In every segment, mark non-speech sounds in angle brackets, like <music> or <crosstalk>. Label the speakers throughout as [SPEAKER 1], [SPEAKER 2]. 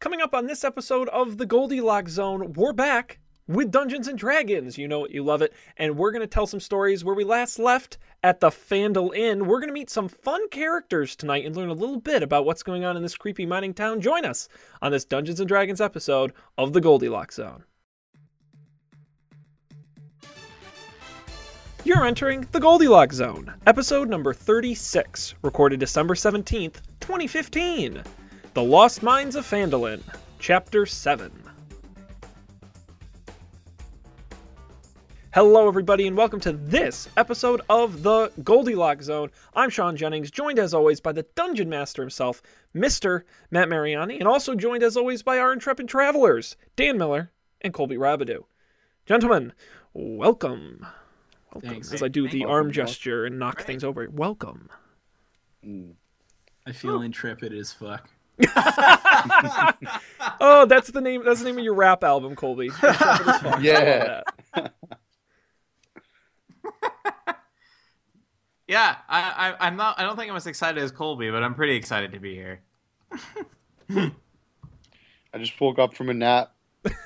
[SPEAKER 1] coming up on this episode of the Goldilocks Zone, we're back with Dungeons and Dragons. You know it, you love it. And we're going to tell some stories where we last left at the Fandle Inn. We're going to meet some fun characters tonight and learn a little bit about what's going on in this creepy mining town. Join us on this Dungeons and Dragons episode of the Goldilocks Zone. You're entering the Goldilocks Zone, episode number 36, recorded December 17th, 2015. The Lost Mines of Phandalin, Chapter 7. Hello, everybody, and welcome to this episode of the Goldilocks Zone. I'm Sean Jennings, joined as always by the Dungeon Master himself, Mr. Matt Mariani, and also joined as always by our intrepid travelers, Dan Miller and Colby Rabideau. Gentlemen, welcome. Welcome.
[SPEAKER 2] Thanks.
[SPEAKER 1] As I do the
[SPEAKER 2] Thank you.
[SPEAKER 1] arm
[SPEAKER 2] Welcome.
[SPEAKER 1] gesture and knock things over. Welcome.
[SPEAKER 2] I feel intrepid as fuck.
[SPEAKER 1] Oh, that's the name. That's the name of your rap album, Colby.
[SPEAKER 2] <laughs>
[SPEAKER 1] Intrepid as fuck. I love
[SPEAKER 3] Yeah.
[SPEAKER 1] that.
[SPEAKER 4] Yeah, I, I, I'm not. I don't think I'm as excited as Colby, but I'm pretty excited to be here.
[SPEAKER 3] I just woke up from a nap. But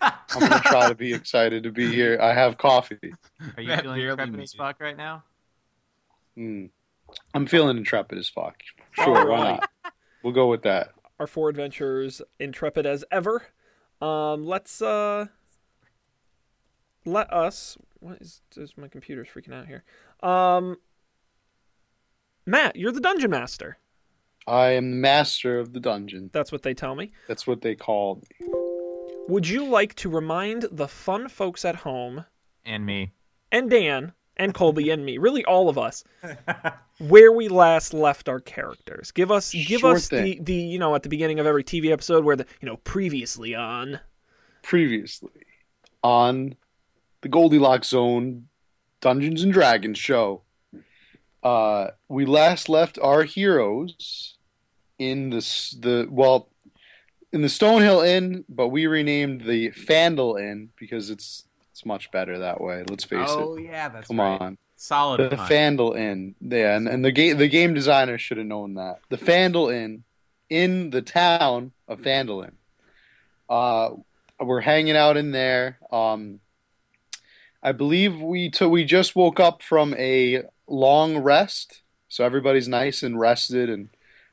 [SPEAKER 3] I'm gonna try to be excited to be here. I have coffee.
[SPEAKER 4] Are you
[SPEAKER 2] That
[SPEAKER 4] feeling
[SPEAKER 2] barely
[SPEAKER 4] intrepid
[SPEAKER 2] made
[SPEAKER 4] as
[SPEAKER 2] it.
[SPEAKER 4] fuck right now?
[SPEAKER 3] Mm. I'm feeling intrepid as fuck. Sure, why not? We'll go with that.
[SPEAKER 1] <laughs> Our four adventurers, intrepid as ever. Um, let's uh, let us. What is? This, my computer's freaking out here. Um, Matt, you're the dungeon master.
[SPEAKER 3] I am the master of the dungeon.
[SPEAKER 1] That's what they tell me.
[SPEAKER 3] That's what they called. me.
[SPEAKER 1] Would you like to remind the fun folks at home
[SPEAKER 4] And me.
[SPEAKER 1] and Dan and Colby and me, really all of us, where we last left our characters. Give us give
[SPEAKER 3] Sure
[SPEAKER 1] us
[SPEAKER 3] thing.
[SPEAKER 1] the the you know at the beginning of every TV episode where the you know previously on
[SPEAKER 3] Previously on the Goldilocks Zone Dungeons and Dragons show. Uh, we last left our heroes in the s- the well in the Stonehill Inn, but we renamed the Fandle Inn because it's it's much better that way. Let's face
[SPEAKER 4] oh
[SPEAKER 3] it.
[SPEAKER 4] yeah, that's
[SPEAKER 3] Come
[SPEAKER 4] right.
[SPEAKER 3] on,
[SPEAKER 4] Solid.
[SPEAKER 3] the
[SPEAKER 4] pun.
[SPEAKER 3] Fandle Inn. Yeah, and, and the game the game designer should have known that the Fandle Inn in the town of Fandolin. Uh, we're hanging out in there. Um, I believe we t- we just woke up from a long rest, so everybody's nice and rested, and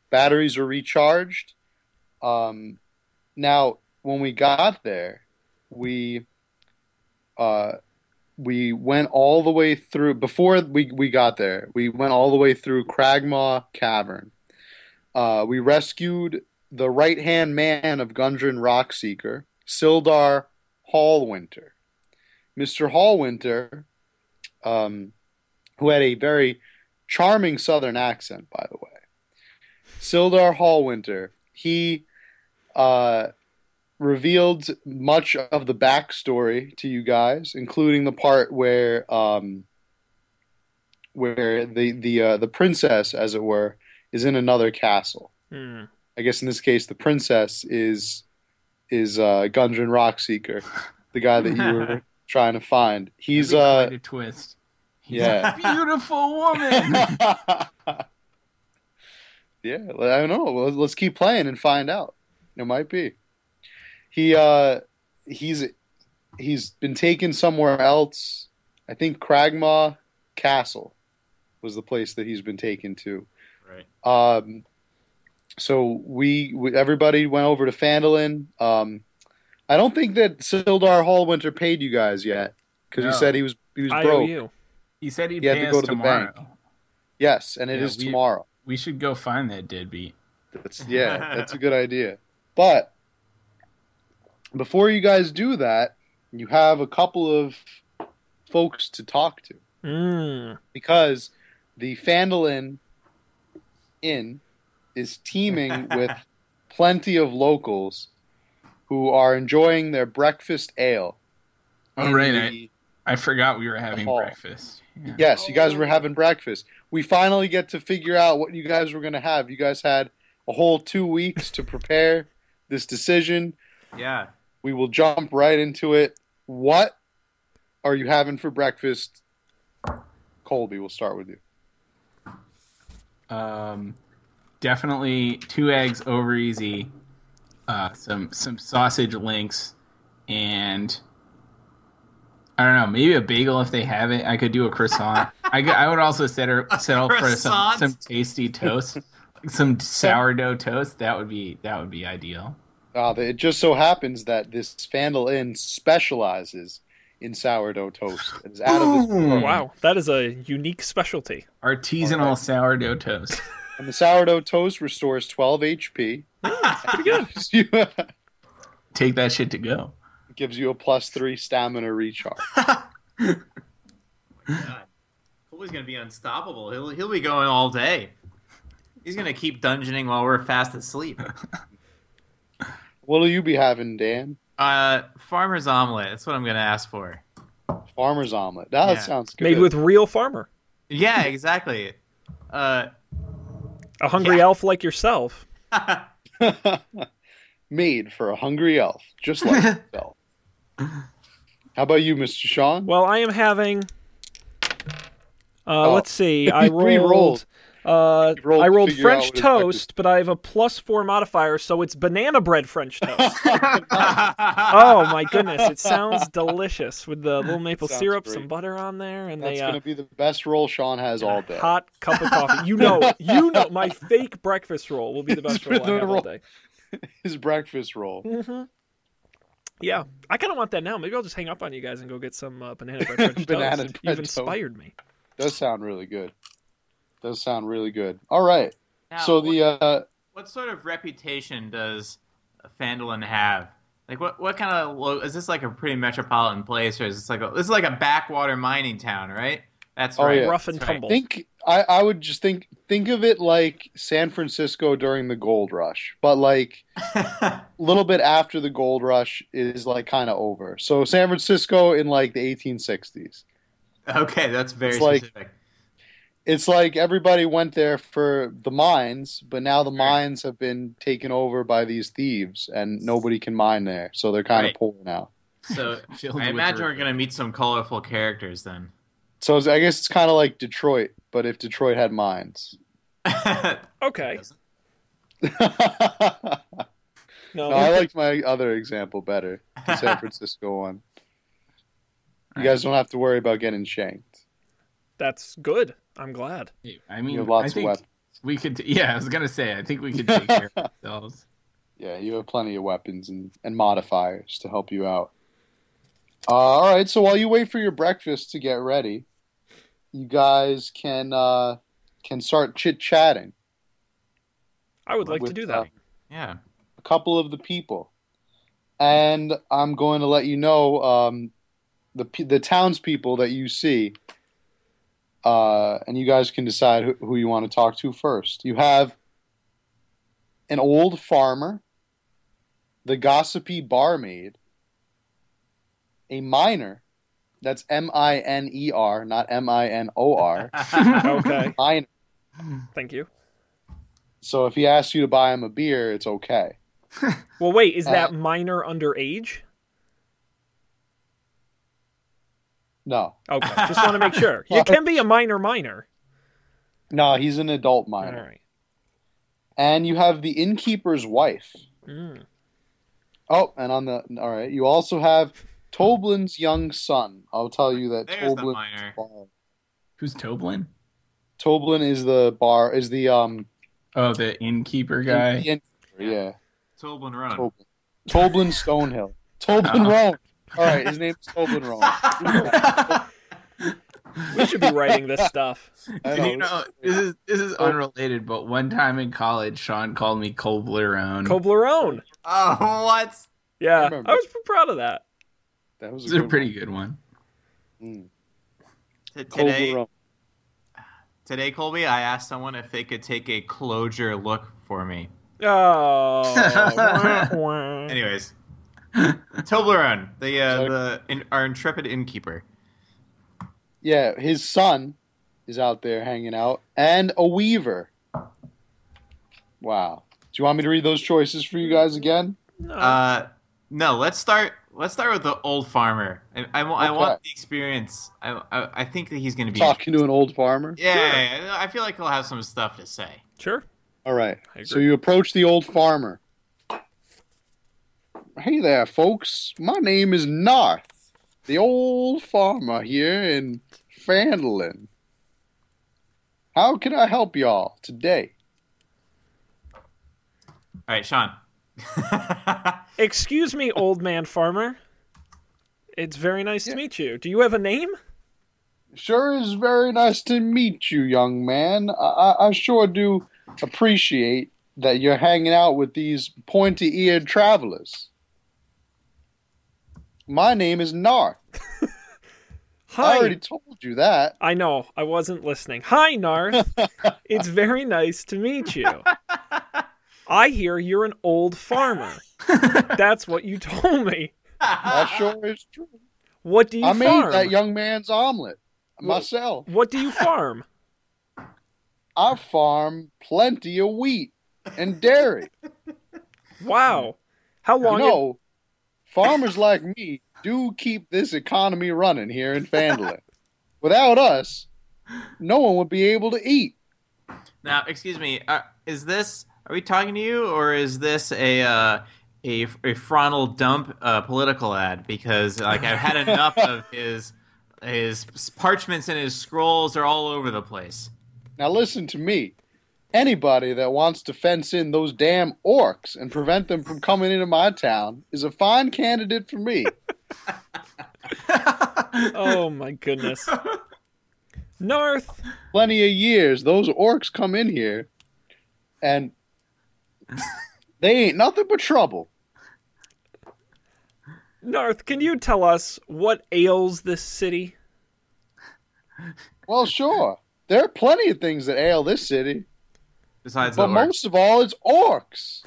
[SPEAKER 3] batteries are recharged. Um, now, when we got there, we uh, we went all the way through before we, we got there. We went all the way through Cragmaw Cavern. Uh, we rescued the right hand man of Gundren Rockseeker, Sildar Hallwinter. Mr. Hallwinter, um, who had a very charming southern accent, by the way. Sildar Hallwinter, he uh, revealed much of the backstory to you guys, including the part where. Um, where the the uh, the princess, as it were, is in another castle.
[SPEAKER 1] Hmm.
[SPEAKER 3] I guess in this case, the princess is is uh, Gundren Rockseeker, the guy that you were trying to find. He's
[SPEAKER 2] Every
[SPEAKER 3] uh,
[SPEAKER 2] way to twist.
[SPEAKER 4] <laughs>
[SPEAKER 3] yeah,
[SPEAKER 2] Beautiful woman.
[SPEAKER 3] <laughs> yeah. well, I don't know. Well, Let's keep playing and find out. It might be. He uh, he's he's been taken somewhere else. I think Cragmaw Castle was the place that he's been taken to.
[SPEAKER 4] Right.
[SPEAKER 3] Um, so we, we everybody went over to Fandolin. Um, I don't think that Sildar Hallwinter paid you guys yet because
[SPEAKER 2] No.
[SPEAKER 3] he said he was he was
[SPEAKER 1] I O
[SPEAKER 3] broke.
[SPEAKER 1] U.
[SPEAKER 2] He said he'd
[SPEAKER 3] He had
[SPEAKER 2] pay
[SPEAKER 3] to go
[SPEAKER 2] us
[SPEAKER 3] to the
[SPEAKER 2] tomorrow.
[SPEAKER 3] Yes, and it is
[SPEAKER 2] Yeah, we-
[SPEAKER 3] tomorrow.
[SPEAKER 2] We should go find that deadbeat.
[SPEAKER 3] That's, yeah, that's a good idea. But before you guys do that, you have a couple of folks to talk to.
[SPEAKER 1] Mm.
[SPEAKER 3] because the Fandolin Inn is teeming with plenty of locals who are enjoying their breakfast ale.
[SPEAKER 2] Oh
[SPEAKER 3] in
[SPEAKER 2] right, I,
[SPEAKER 3] the-
[SPEAKER 2] I forgot we were having
[SPEAKER 3] hall.
[SPEAKER 2] breakfast. Yeah.
[SPEAKER 3] yes, you guys were having breakfast. We finally get to figure out what you guys were going to have. You guys had a whole two weeks to prepare this decision.
[SPEAKER 4] Yeah.
[SPEAKER 3] We will jump right into it. What are you having for breakfast? Colby, we'll start with you.
[SPEAKER 2] Um, definitely two eggs over easy uh, some some sausage links, and I don't know, maybe a bagel if they have it. I could do a croissant. I, could- I would also settle settle for some
[SPEAKER 4] croissant?
[SPEAKER 2] some tasty toast, like <laughs> some sourdough toast. That would be that would be ideal.
[SPEAKER 3] Uh, it just so happens that this Fandle Inn specializes in sourdough toast. It's out of this,
[SPEAKER 2] Boom.
[SPEAKER 1] Wow, that is a unique specialty.
[SPEAKER 2] Artisanal sourdough toast.
[SPEAKER 3] and the sourdough toast restores 12 HP.
[SPEAKER 1] Pretty good.
[SPEAKER 3] <laughs> Gives you,
[SPEAKER 2] Take that shit to go.
[SPEAKER 3] gives you a plus three stamina recharge.
[SPEAKER 4] God. <laughs> Colby's gonna be unstoppable. He'll he'll be going all day. He's gonna keep dungeoning while we're fast
[SPEAKER 3] <laughs>
[SPEAKER 4] asleep.
[SPEAKER 3] What'll you be having, Dan?
[SPEAKER 4] Uh, farmer's omelet. That's what I'm gonna ask for.
[SPEAKER 3] Farmer's omelet. That
[SPEAKER 4] Yeah.
[SPEAKER 3] sounds good.
[SPEAKER 1] Made with real farmer,
[SPEAKER 4] Yeah, exactly.
[SPEAKER 3] <laughs>
[SPEAKER 4] Uh,
[SPEAKER 1] a hungry
[SPEAKER 4] Yeah.
[SPEAKER 1] elf like yourself.
[SPEAKER 3] made for a hungry elf, just
[SPEAKER 1] <laughs>
[SPEAKER 3] like yourself. How about you, Mr.
[SPEAKER 1] <laughs>
[SPEAKER 3] Sean?
[SPEAKER 1] Well, I am having. Uh,
[SPEAKER 3] Oh.
[SPEAKER 1] let's
[SPEAKER 3] <laughs>
[SPEAKER 1] see. I rolled.
[SPEAKER 3] Re-rolled.
[SPEAKER 1] Uh,
[SPEAKER 3] You rolled
[SPEAKER 1] I
[SPEAKER 3] to
[SPEAKER 1] rolled
[SPEAKER 3] figure out
[SPEAKER 1] French
[SPEAKER 3] what it might be.
[SPEAKER 1] toast, but I have a plus four modifier, so it's banana bread
[SPEAKER 3] <laughs>
[SPEAKER 1] French toast.
[SPEAKER 4] oh, <laughs>
[SPEAKER 1] oh my goodness, it
[SPEAKER 3] <laughs>
[SPEAKER 1] sounds delicious with the little maple
[SPEAKER 3] Sounds
[SPEAKER 1] syrup,
[SPEAKER 3] great.
[SPEAKER 1] some butter on there, and
[SPEAKER 3] That's
[SPEAKER 1] they uh,
[SPEAKER 3] gonna be the best roll Sean has all day.
[SPEAKER 1] hot cup of coffee. You know, you know, my fake breakfast roll will be the best
[SPEAKER 3] <laughs> It's
[SPEAKER 1] roll I
[SPEAKER 3] been
[SPEAKER 1] have
[SPEAKER 3] the
[SPEAKER 1] all
[SPEAKER 3] roll.
[SPEAKER 1] day.
[SPEAKER 3] His breakfast roll.
[SPEAKER 1] hmm Yeah, I kind of want that now. Maybe I'll just hang up on you guys and go get some uh, banana
[SPEAKER 3] <laughs>
[SPEAKER 1] bread French
[SPEAKER 3] Banana
[SPEAKER 1] toast.
[SPEAKER 3] bread
[SPEAKER 1] You've
[SPEAKER 3] toast.
[SPEAKER 1] inspired me.
[SPEAKER 3] Does sound really good. Does sound really good. All right. so the
[SPEAKER 4] what,
[SPEAKER 3] uh,
[SPEAKER 4] what sort of reputation does Fandolin have? Like what what kind of lo- is this like a pretty metropolitan place or is this like a, this is like a backwater mining town, right? That's
[SPEAKER 3] Oh,
[SPEAKER 4] right.
[SPEAKER 3] yeah.
[SPEAKER 1] Rough and
[SPEAKER 4] That's right.
[SPEAKER 1] tumble.
[SPEAKER 3] think I, I would just think think of it like San Francisco during the gold rush, but like a little bit after the gold rush is like kind of over. So San Francisco in like the 1860s.
[SPEAKER 4] <laughs> okay, that's very
[SPEAKER 3] It's like-
[SPEAKER 4] specific.
[SPEAKER 3] It's like everybody went there for the mines, but now the mines have been taken over by these thieves, and nobody can mine there, so they're kind
[SPEAKER 4] Right.
[SPEAKER 3] of pulling out. <laughs>
[SPEAKER 4] So
[SPEAKER 2] Filled
[SPEAKER 4] I
[SPEAKER 2] with
[SPEAKER 4] imagine we're
[SPEAKER 2] regret.
[SPEAKER 4] gonna meet some colorful characters then. <laughs>
[SPEAKER 3] So it's- I guess it's kind of like Detroit, but if Detroit
[SPEAKER 2] <laughs>
[SPEAKER 3] had mines.
[SPEAKER 1] Okay,
[SPEAKER 3] no,
[SPEAKER 1] no,
[SPEAKER 3] I liked my other example better, the
[SPEAKER 2] <laughs>
[SPEAKER 3] San Francisco one. You guys don't have to worry about getting shanked.
[SPEAKER 1] that's good. I'm glad.
[SPEAKER 2] I
[SPEAKER 3] You
[SPEAKER 2] mean,
[SPEAKER 3] have
[SPEAKER 2] I
[SPEAKER 3] lots of
[SPEAKER 2] think
[SPEAKER 3] weapons.
[SPEAKER 2] we could. Yeah, I was gonna say. I think we could take care
[SPEAKER 3] <laughs>
[SPEAKER 2] of ourselves.
[SPEAKER 3] Yeah, you have plenty of weapons and, and modifiers to help you out. Uh, all right, so while you wait for your breakfast to get ready, you guys can uh, can start chit chatting.
[SPEAKER 1] I would like to do that.
[SPEAKER 4] yeah.
[SPEAKER 3] a couple of the people, and I'm going to let you know um, the pe- the townspeople that you see, uh, and you guys can decide who, who you want to talk to first. You have an old farmer, the gossipy barmaid, a miner, that's M I N E R, not M I N O R,
[SPEAKER 1] okay,
[SPEAKER 3] <laughs> miner.
[SPEAKER 1] thank you.
[SPEAKER 3] So if he asks you to buy him a beer, it's okay.
[SPEAKER 1] Well, wait, is
[SPEAKER 3] Uh,
[SPEAKER 1] that minor underage?
[SPEAKER 3] No,
[SPEAKER 1] Okay,
[SPEAKER 3] <laughs>
[SPEAKER 1] just want to make sure. You can be a minor minor.
[SPEAKER 3] no, he's an adult
[SPEAKER 1] All
[SPEAKER 3] miner.
[SPEAKER 1] right.
[SPEAKER 3] and you have the innkeeper's wife.
[SPEAKER 1] Mm.
[SPEAKER 3] Oh, and on the all right, you also have Toblin's young son. I'll tell you that
[SPEAKER 4] There's the
[SPEAKER 3] Toblin.
[SPEAKER 4] miner.
[SPEAKER 2] Who's Toblin?
[SPEAKER 3] Toblin is the bar. Is the um
[SPEAKER 2] Oh, the innkeeper guy.
[SPEAKER 3] the innkeeper, yeah.
[SPEAKER 4] Toblin Run. <laughs>
[SPEAKER 3] Toblin. Toblin Stonehill. Toblin
[SPEAKER 2] Uh-huh.
[SPEAKER 3] Roan. All right, his name's Toblin
[SPEAKER 2] <laughs>
[SPEAKER 3] Roan.
[SPEAKER 1] We should be writing this
[SPEAKER 3] <laughs>
[SPEAKER 1] stuff.
[SPEAKER 3] I
[SPEAKER 2] <laughs> you know, this is this is
[SPEAKER 3] Oh.
[SPEAKER 2] unrelated, but one time in college, Sean called me Coblerone.
[SPEAKER 1] Toblerone.
[SPEAKER 4] oh, what?
[SPEAKER 1] Yeah, I,
[SPEAKER 3] remember.
[SPEAKER 1] was proud of that.
[SPEAKER 3] that was
[SPEAKER 2] this is a
[SPEAKER 3] good
[SPEAKER 2] pretty good one.
[SPEAKER 3] one. Mm.
[SPEAKER 4] T-
[SPEAKER 3] Toblin
[SPEAKER 4] today,
[SPEAKER 3] Roan.
[SPEAKER 4] today, Colby, I asked someone if they could take a closure look for me.
[SPEAKER 1] Oh.
[SPEAKER 3] <laughs>
[SPEAKER 1] wah, wah.
[SPEAKER 4] Anyways, Toblerone, the uh,
[SPEAKER 3] Sorry.
[SPEAKER 4] the in, our intrepid innkeeper.
[SPEAKER 3] Yeah, his son is out there hanging out, and a weaver. Wow. Do you want me to read those choices for you guys again?
[SPEAKER 1] No.
[SPEAKER 4] Uh, no, let's start. Let's start with the old farmer. I, I, wa- I
[SPEAKER 3] Okay.
[SPEAKER 4] want the experience. I, I, I think that he's going to be.
[SPEAKER 3] talking to an old farmer.
[SPEAKER 4] Yeah, yeah, I feel like he'll have some stuff to say.
[SPEAKER 1] sure.
[SPEAKER 3] All right.
[SPEAKER 1] I
[SPEAKER 3] So
[SPEAKER 1] agree.
[SPEAKER 3] you approach the old farmer. Hey there, folks. My name is Narth, the old farmer here in Fandolin. How can I help y'all today?
[SPEAKER 4] All right, Sean. <laughs>
[SPEAKER 1] Excuse me, old man farmer. It's very nice
[SPEAKER 3] Yeah.
[SPEAKER 1] to meet you. Do you have a name?
[SPEAKER 3] Sure is very nice to meet you, young man. I, I, I sure do appreciate that you're hanging out with these pointy eared travelers. My name is Narth.
[SPEAKER 1] Hi.
[SPEAKER 3] I already told you that.
[SPEAKER 1] I know. I wasn't listening. Hi,
[SPEAKER 3] <laughs>
[SPEAKER 1] Narth. it's very nice to meet you. I hear you're an old farmer.
[SPEAKER 3] <laughs>
[SPEAKER 1] That's what you told me.
[SPEAKER 3] That sure is true.
[SPEAKER 1] What do Uh, you
[SPEAKER 3] I made
[SPEAKER 1] farm?
[SPEAKER 3] that young man's omelet
[SPEAKER 1] Well-
[SPEAKER 3] myself.
[SPEAKER 1] What do you farm?
[SPEAKER 3] I farm plenty of wheat and
[SPEAKER 1] <laughs>
[SPEAKER 3] dairy.
[SPEAKER 1] Wow. How
[SPEAKER 3] You
[SPEAKER 1] long?
[SPEAKER 3] know, farmers like me do keep this economy running here
[SPEAKER 1] <laughs>
[SPEAKER 3] in Fandolin. Without us, no one would be able to eat.
[SPEAKER 4] now, excuse me. Uh, is this? Are we talking to you, or is this a uh, a a frontal dump uh, political ad? Because like I've had enough of <laughs> his his parchments and his scrolls are all over the place.
[SPEAKER 3] Now listen to me. Anybody that wants to fence in those damn orcs and prevent them from coming into my town is a fine candidate for me.
[SPEAKER 1] It, oh my goodness. Narth,
[SPEAKER 3] plenty of years, those orcs come in here and they ain't nothing but trouble.
[SPEAKER 1] Narth, can you tell us what ails this city?
[SPEAKER 3] Well, sure. There are plenty of things that ail this city,
[SPEAKER 4] Besides
[SPEAKER 3] but
[SPEAKER 4] the orc.
[SPEAKER 3] most of all, it's orcs.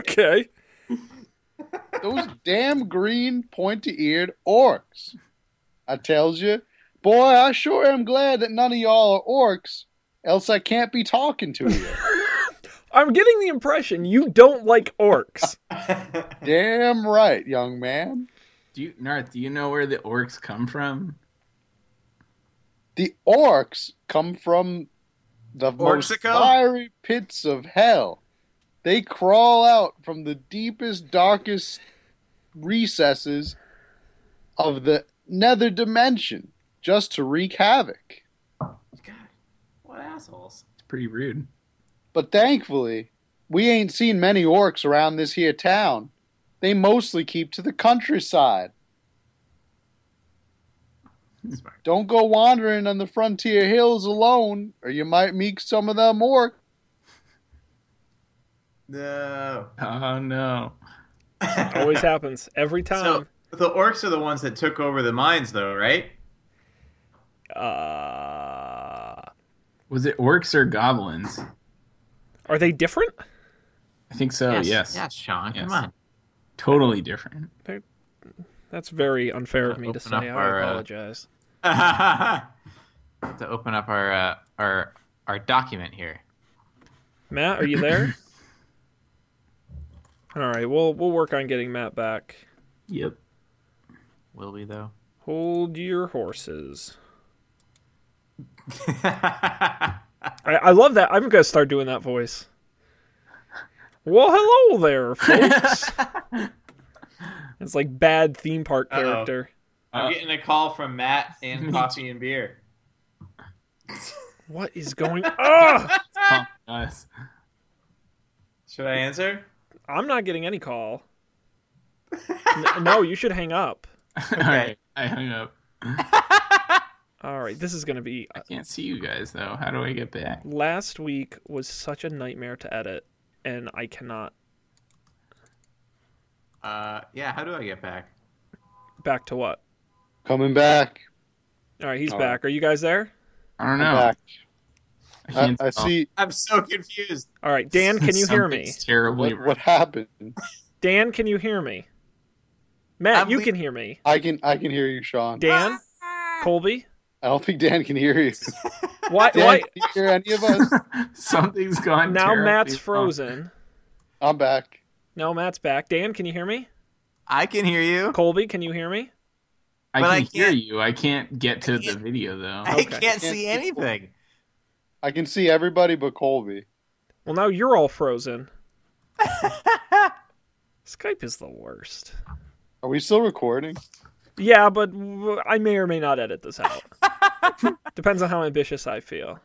[SPEAKER 1] Okay.
[SPEAKER 3] Those damn green, pointy-eared orcs. I tells you, boy, I sure am glad that none of y'all are orcs, else I can't be talking to you.
[SPEAKER 1] I'm getting the impression you don't like orcs.
[SPEAKER 4] <laughs>
[SPEAKER 3] damn right, young man.
[SPEAKER 2] Do you, Narth, do you know where the orcs come from?
[SPEAKER 3] the orcs come from the most
[SPEAKER 4] Orxico?
[SPEAKER 3] fiery pits of hell. They crawl out from the deepest, darkest recesses of the nether dimension just to wreak havoc.
[SPEAKER 4] God, what assholes!
[SPEAKER 2] It's pretty rude.
[SPEAKER 3] But thankfully, we ain't seen many orcs around this here town. They mostly keep to the countryside.
[SPEAKER 4] Smart.
[SPEAKER 3] Don't go wandering on the frontier hills alone, or you might meet some of them orcs.
[SPEAKER 4] No.
[SPEAKER 2] Oh no.
[SPEAKER 1] Always happens every
[SPEAKER 4] So
[SPEAKER 1] time.
[SPEAKER 4] <laughs> the orcs are the ones that took over the mines, though, right?
[SPEAKER 1] Uh,
[SPEAKER 2] Was it orcs or goblins?
[SPEAKER 1] are they different?
[SPEAKER 2] I think so. Yes.
[SPEAKER 4] Oh, Yes, Sean.
[SPEAKER 2] Yes.
[SPEAKER 4] Come <laughs> on.
[SPEAKER 2] Totally different.
[SPEAKER 1] That's very unfair of me to
[SPEAKER 4] Open
[SPEAKER 1] say.
[SPEAKER 4] up our,
[SPEAKER 1] I
[SPEAKER 4] uh,
[SPEAKER 1] apologize.
[SPEAKER 4] to open up our uh, our our document here.
[SPEAKER 1] Matt, are you
[SPEAKER 4] <laughs>
[SPEAKER 1] there? All right, we'll we'll work on getting Matt back.
[SPEAKER 2] Yep. <laughs>
[SPEAKER 4] Will we though?
[SPEAKER 1] Hold your horses.
[SPEAKER 4] <laughs>
[SPEAKER 1] I, I love that. I'm gonna start doing that voice. Well, hello there,
[SPEAKER 4] <laughs>
[SPEAKER 1] folks. it's like bad theme park
[SPEAKER 4] Uh-oh.
[SPEAKER 1] character. Uh,
[SPEAKER 4] I'm getting a call from Matt and
[SPEAKER 2] Me
[SPEAKER 4] coffee and
[SPEAKER 1] <laughs>
[SPEAKER 4] beer.
[SPEAKER 1] What is going? Ugh!
[SPEAKER 2] Oh, nice.
[SPEAKER 4] Should I answer?
[SPEAKER 1] I'm not getting any call. N- no, you should hang up.
[SPEAKER 2] <laughs> All right. I hung up.
[SPEAKER 1] All right, this is gonna be.
[SPEAKER 2] I can't see you guys though. How do I get back?
[SPEAKER 1] Last week was such a nightmare to edit, and I cannot
[SPEAKER 4] Uh, yeah. How do I get back?
[SPEAKER 1] back to what.
[SPEAKER 3] Coming back.
[SPEAKER 1] All right, he's
[SPEAKER 3] All right.
[SPEAKER 1] back. Are you guys there?
[SPEAKER 2] I don't
[SPEAKER 3] I'm
[SPEAKER 2] know. <laughs>
[SPEAKER 3] back.
[SPEAKER 2] I,
[SPEAKER 3] I,
[SPEAKER 2] can't
[SPEAKER 3] I
[SPEAKER 2] tell.
[SPEAKER 3] see
[SPEAKER 4] I'm so confused.
[SPEAKER 1] All right, Dan, can you hear me?
[SPEAKER 2] Something's Terribly.
[SPEAKER 3] what, what happened.
[SPEAKER 1] Dan, can you hear me? Matt,
[SPEAKER 4] I'm
[SPEAKER 1] you
[SPEAKER 4] le-
[SPEAKER 1] can hear me.
[SPEAKER 3] I can I can hear you,
[SPEAKER 4] <laughs>
[SPEAKER 3] Sean.
[SPEAKER 1] Dan, Colby,
[SPEAKER 3] I don't think Dan can hear you.
[SPEAKER 1] why?
[SPEAKER 3] Dan,
[SPEAKER 1] <laughs> why?
[SPEAKER 3] can you hear any of us?
[SPEAKER 2] <laughs> Something's gone.
[SPEAKER 1] Now
[SPEAKER 2] terribly
[SPEAKER 1] Matt's
[SPEAKER 2] wrong.
[SPEAKER 1] frozen.
[SPEAKER 3] I'm back.
[SPEAKER 1] Now Matt's back. Dan, can you hear me?
[SPEAKER 4] I can hear you.
[SPEAKER 1] Colby, can you hear me?
[SPEAKER 2] I
[SPEAKER 4] But
[SPEAKER 2] can
[SPEAKER 4] I
[SPEAKER 2] hear
[SPEAKER 4] can't-
[SPEAKER 2] you. I can't get to the
[SPEAKER 4] can't-
[SPEAKER 2] video though.
[SPEAKER 4] I
[SPEAKER 1] Okay.
[SPEAKER 4] can't see anything.
[SPEAKER 3] I can see everybody but Colby.
[SPEAKER 1] Well, now you're all frozen. Skype is the worst.
[SPEAKER 3] Are we still recording?
[SPEAKER 1] Yeah, but w- I may or may not edit this out. Depends on how ambitious I feel.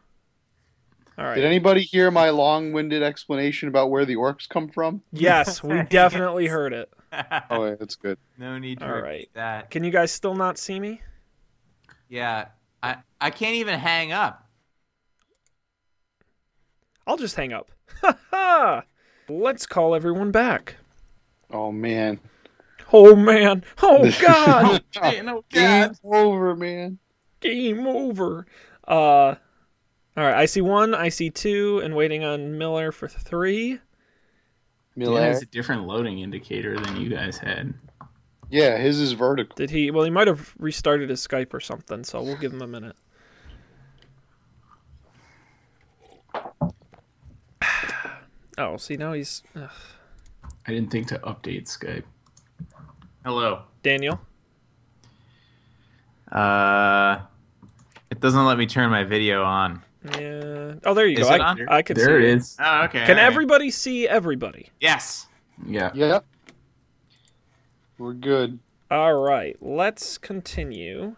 [SPEAKER 1] All right.
[SPEAKER 3] Did anybody hear my long-winded explanation about where the orcs come from?
[SPEAKER 1] Yes, we definitely heard it.
[SPEAKER 3] Oh, yeah, that's good.
[SPEAKER 4] no need to
[SPEAKER 1] All
[SPEAKER 4] repeat
[SPEAKER 1] right.
[SPEAKER 4] that.
[SPEAKER 1] Can you guys still not see me?
[SPEAKER 4] Yeah, I I can't even hang up.
[SPEAKER 1] I'll just hang up. <laughs> Ha ha! Let's call everyone back.
[SPEAKER 3] Oh man,
[SPEAKER 1] Oh man. Oh god.
[SPEAKER 4] no,
[SPEAKER 3] game over, man.
[SPEAKER 1] Game over. Uh all right, I see one, I see two, and waiting on Miller for three.
[SPEAKER 2] Dan
[SPEAKER 3] Miller.
[SPEAKER 2] has a different loading indicator than you guys had.
[SPEAKER 3] Yeah, his is vertical.
[SPEAKER 1] Did he? Well, he might have restarted his Skype or something, so we'll give him a minute. <sighs> Oh, see, now he's. Ugh.
[SPEAKER 2] I didn't think to update Skype.
[SPEAKER 4] Hello.
[SPEAKER 1] Daniel?
[SPEAKER 4] Uh, it doesn't let me turn my video on.
[SPEAKER 1] Yeah. Oh, there you
[SPEAKER 4] Is
[SPEAKER 1] go.
[SPEAKER 4] it
[SPEAKER 1] I,
[SPEAKER 4] on?
[SPEAKER 1] I can see
[SPEAKER 2] there it is.
[SPEAKER 4] Oh, okay.
[SPEAKER 1] Can
[SPEAKER 4] all right.
[SPEAKER 1] everybody see everybody?
[SPEAKER 4] Yes.
[SPEAKER 2] Yeah.
[SPEAKER 3] Yep. We're good.
[SPEAKER 1] All right, let's continue.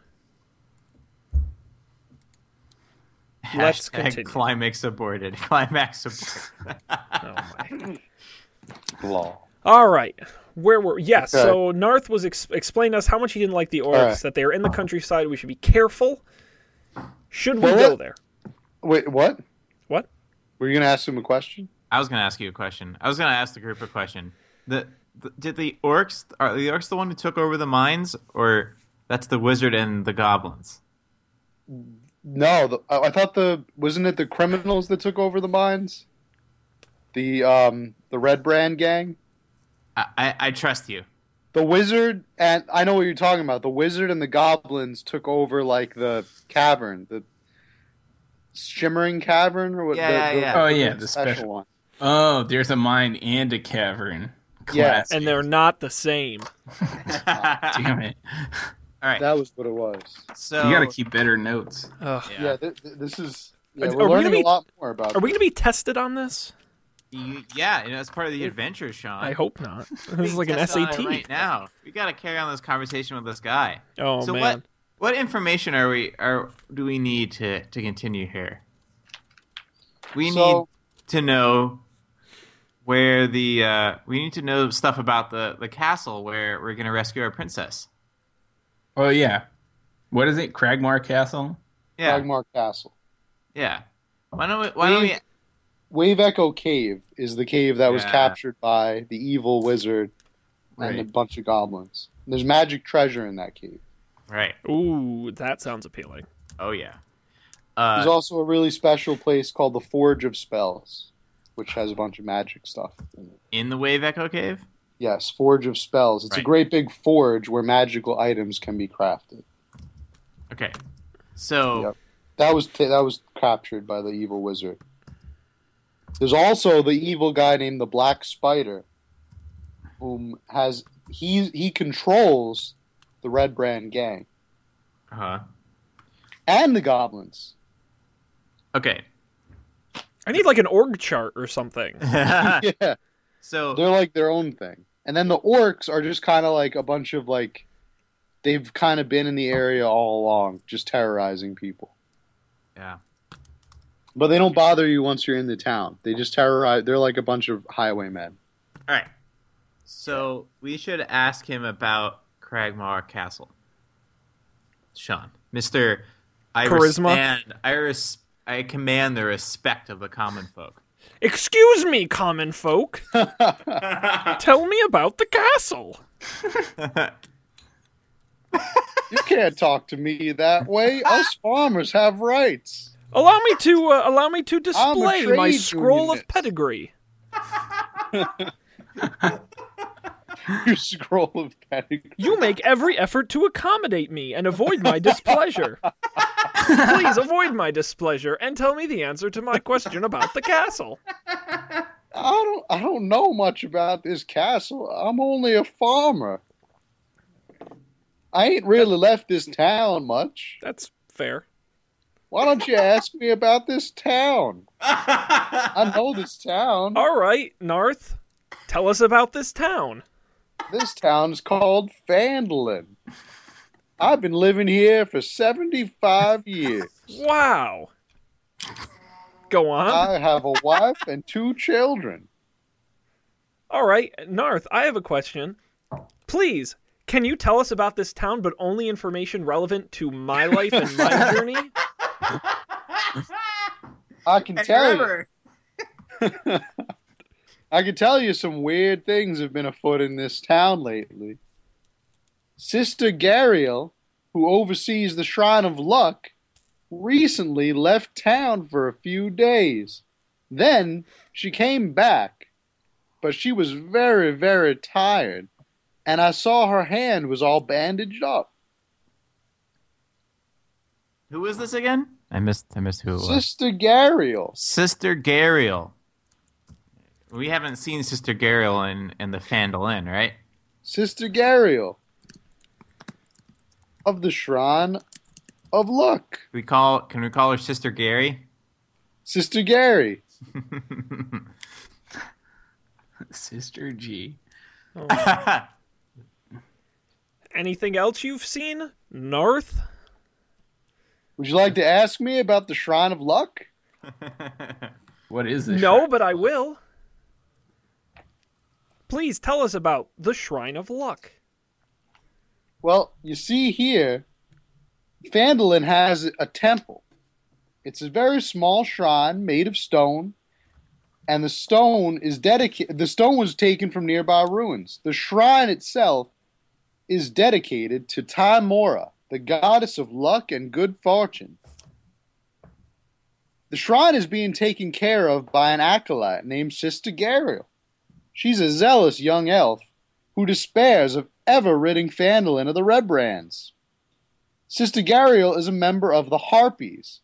[SPEAKER 1] Let's
[SPEAKER 4] Hashtag
[SPEAKER 1] continue.
[SPEAKER 4] Climax aborted. <laughs> Climax aborted. <laughs>
[SPEAKER 1] Oh my.
[SPEAKER 3] Law.
[SPEAKER 1] All right. Where were yes?
[SPEAKER 3] Okay.
[SPEAKER 1] So Narth was ex- explained us how much he didn't like the orcs
[SPEAKER 3] right.
[SPEAKER 1] that they are in the countryside. We should be careful. Should we
[SPEAKER 3] Well,
[SPEAKER 1] go
[SPEAKER 3] that-
[SPEAKER 1] there?
[SPEAKER 3] Wait, what?
[SPEAKER 1] What?
[SPEAKER 3] Were you gonna ask him a question?
[SPEAKER 4] I was gonna ask you a question. I was gonna ask the group a question. The, the did the orcs are the orcs the one who took over the mines, or that's the wizard and the goblins?
[SPEAKER 3] No, the, I, I thought the wasn't it the criminals that took over the mines? The um the Red Brand gang,
[SPEAKER 4] I, I, I trust
[SPEAKER 3] <laughs>
[SPEAKER 4] you. <laughs>
[SPEAKER 3] the wizard, and I know what you're talking about. The wizard and the goblins took over like the cavern, the shimmering cavern, or what?
[SPEAKER 4] Yeah,
[SPEAKER 3] the,
[SPEAKER 4] yeah,
[SPEAKER 3] the-
[SPEAKER 4] yeah.
[SPEAKER 2] Oh, yeah, the special-
[SPEAKER 3] one.
[SPEAKER 2] Oh, there's a mine and a cavern.
[SPEAKER 3] Yeah,
[SPEAKER 2] Class.
[SPEAKER 1] And they're not the same. <laughs>
[SPEAKER 4] All
[SPEAKER 2] <laughs> Damn it.
[SPEAKER 4] right.
[SPEAKER 3] That was what it was.
[SPEAKER 4] so
[SPEAKER 2] you got to keep better notes.
[SPEAKER 1] Ugh.
[SPEAKER 4] Yeah.
[SPEAKER 3] Yeah, th- th- this is. Yeah,
[SPEAKER 1] Are-
[SPEAKER 3] we're
[SPEAKER 1] are we
[SPEAKER 3] learning
[SPEAKER 1] gonna be-
[SPEAKER 3] a lot more about.
[SPEAKER 1] Are we going to be tested on this?
[SPEAKER 4] You, yeah, you know, it's part of the adventure, Sean.
[SPEAKER 1] I
[SPEAKER 4] <laughs>
[SPEAKER 1] hope not. This is
[SPEAKER 4] Being
[SPEAKER 1] like an
[SPEAKER 4] tested on it
[SPEAKER 1] SAT.
[SPEAKER 4] right now. We got to carry on this conversation with this guy.
[SPEAKER 1] Oh
[SPEAKER 4] so
[SPEAKER 1] man.
[SPEAKER 4] what what information are we are do we need to to continue here? We
[SPEAKER 3] So-
[SPEAKER 4] need to know where the uh, we need to know stuff about the the castle where we're going to rescue our princess.
[SPEAKER 2] Oh, yeah. What is it? Cragmar Castle? <laughs>
[SPEAKER 4] Yeah,
[SPEAKER 3] Dagmar Castle.
[SPEAKER 4] yeah. Why don't we? Why don't we?
[SPEAKER 3] We- Wave Echo Cave is the cave that was
[SPEAKER 4] Yeah.
[SPEAKER 3] captured by the evil wizard and a
[SPEAKER 2] Right.
[SPEAKER 3] bunch of goblins. There's magic treasure in that cave.
[SPEAKER 4] Right.
[SPEAKER 1] Ooh, that sounds appealing.
[SPEAKER 4] Oh yeah.
[SPEAKER 3] There's
[SPEAKER 4] Uh,
[SPEAKER 3] also a really special place called the Forge of Spells, which has a bunch of magic stuff. In it.
[SPEAKER 4] in the Wave Echo Cave.
[SPEAKER 3] Yes, Forge of Spells. It's a
[SPEAKER 4] Right.
[SPEAKER 3] great big forge where magical items can be crafted.
[SPEAKER 4] Okay. So
[SPEAKER 3] Yep. That was t- that was captured by the evil wizard. There's also the evil guy named the Black Spider, whom has he he controls the Red Brand gang
[SPEAKER 4] uh-huh.
[SPEAKER 3] and the goblins. <laughs>
[SPEAKER 4] okay.
[SPEAKER 1] I need like an org chart or
[SPEAKER 4] <laughs>
[SPEAKER 1] something.
[SPEAKER 3] Yeah,
[SPEAKER 4] so
[SPEAKER 3] they're like their own thing. And then the orcs are just kind of like a bunch of like they've kind of been in the area all along, just terrorizing people.
[SPEAKER 4] yeah.
[SPEAKER 3] But they don't bother you once you're in the town. They just terrorize. They're like a bunch of highwaymen.
[SPEAKER 4] All right. So we should ask him about Cragmar Castle. Sean, Mister, I
[SPEAKER 1] Charisma?
[SPEAKER 4] Respect, I res- I command the respect of the common folk.
[SPEAKER 1] Excuse me, common folk. Tell me about the castle.
[SPEAKER 3] You can't talk to me that way. Us farmers have rights.
[SPEAKER 1] Allow me to uh, allow me to display my
[SPEAKER 3] trade
[SPEAKER 1] scroll of
[SPEAKER 3] unionist.
[SPEAKER 1] pedigree.
[SPEAKER 3] Your scroll of pedigree.
[SPEAKER 1] You make every effort to accommodate me and avoid my
[SPEAKER 4] <laughs>
[SPEAKER 1] displeasure. Please avoid my displeasure and tell me the answer to my question about the castle.
[SPEAKER 3] I don't. I don't know much about this castle. I'm only a farmer. I ain't really left this town much.
[SPEAKER 1] That's fair.
[SPEAKER 3] Why don't you ask me about this town? I know this town.
[SPEAKER 1] All right, Narth, tell us about this town.
[SPEAKER 3] This town's called Fandolin. I've been living here for 75 years.
[SPEAKER 1] Wow. Go on.
[SPEAKER 3] I have a wife and two children.
[SPEAKER 1] All right, Narth, I have a question. Please, can you tell us about this town, but only information relevant to my life and my journey?
[SPEAKER 3] I can
[SPEAKER 4] And
[SPEAKER 3] tell
[SPEAKER 4] remember,
[SPEAKER 3] you. I can tell you some weird things have been afoot in this town lately. Sister Gariel, who oversees the Shrine of Luck, recently left town for a few days. Then she came back, but she was very, very tired, and I saw her hand was all bandaged up.
[SPEAKER 4] who was this again? I missed. I missed who it was.
[SPEAKER 3] Sister Gariel.
[SPEAKER 4] Sister Gariel. We haven't seen Sister Gariel in, in the Fandolin, right?
[SPEAKER 3] Sister Gariel of the Shrine of Luck.
[SPEAKER 4] We call can we call her Sister Gary? <laughs>
[SPEAKER 3] Sister Gary.
[SPEAKER 2] Sister G.
[SPEAKER 1] Anything else you've seen, Narth?
[SPEAKER 3] Would you like to ask me about the Shrine of Luck?
[SPEAKER 2] What is this?
[SPEAKER 1] No,
[SPEAKER 2] shit?
[SPEAKER 1] but I will. Please tell us about the Shrine of Luck.
[SPEAKER 3] Well, you see here, Fandolin has a temple. It's a very small shrine made of stone, and the stone is dedicated. The stone was taken from nearby ruins. The shrine itself is dedicated to Timora, the goddess of luck and good fortune. The shrine is being taken care of by an acolyte named Sister Gariel. She's a zealous young elf who despairs of ever ridding Fandolin of the Red Brands. Sister Gariel is a member of the Harpies,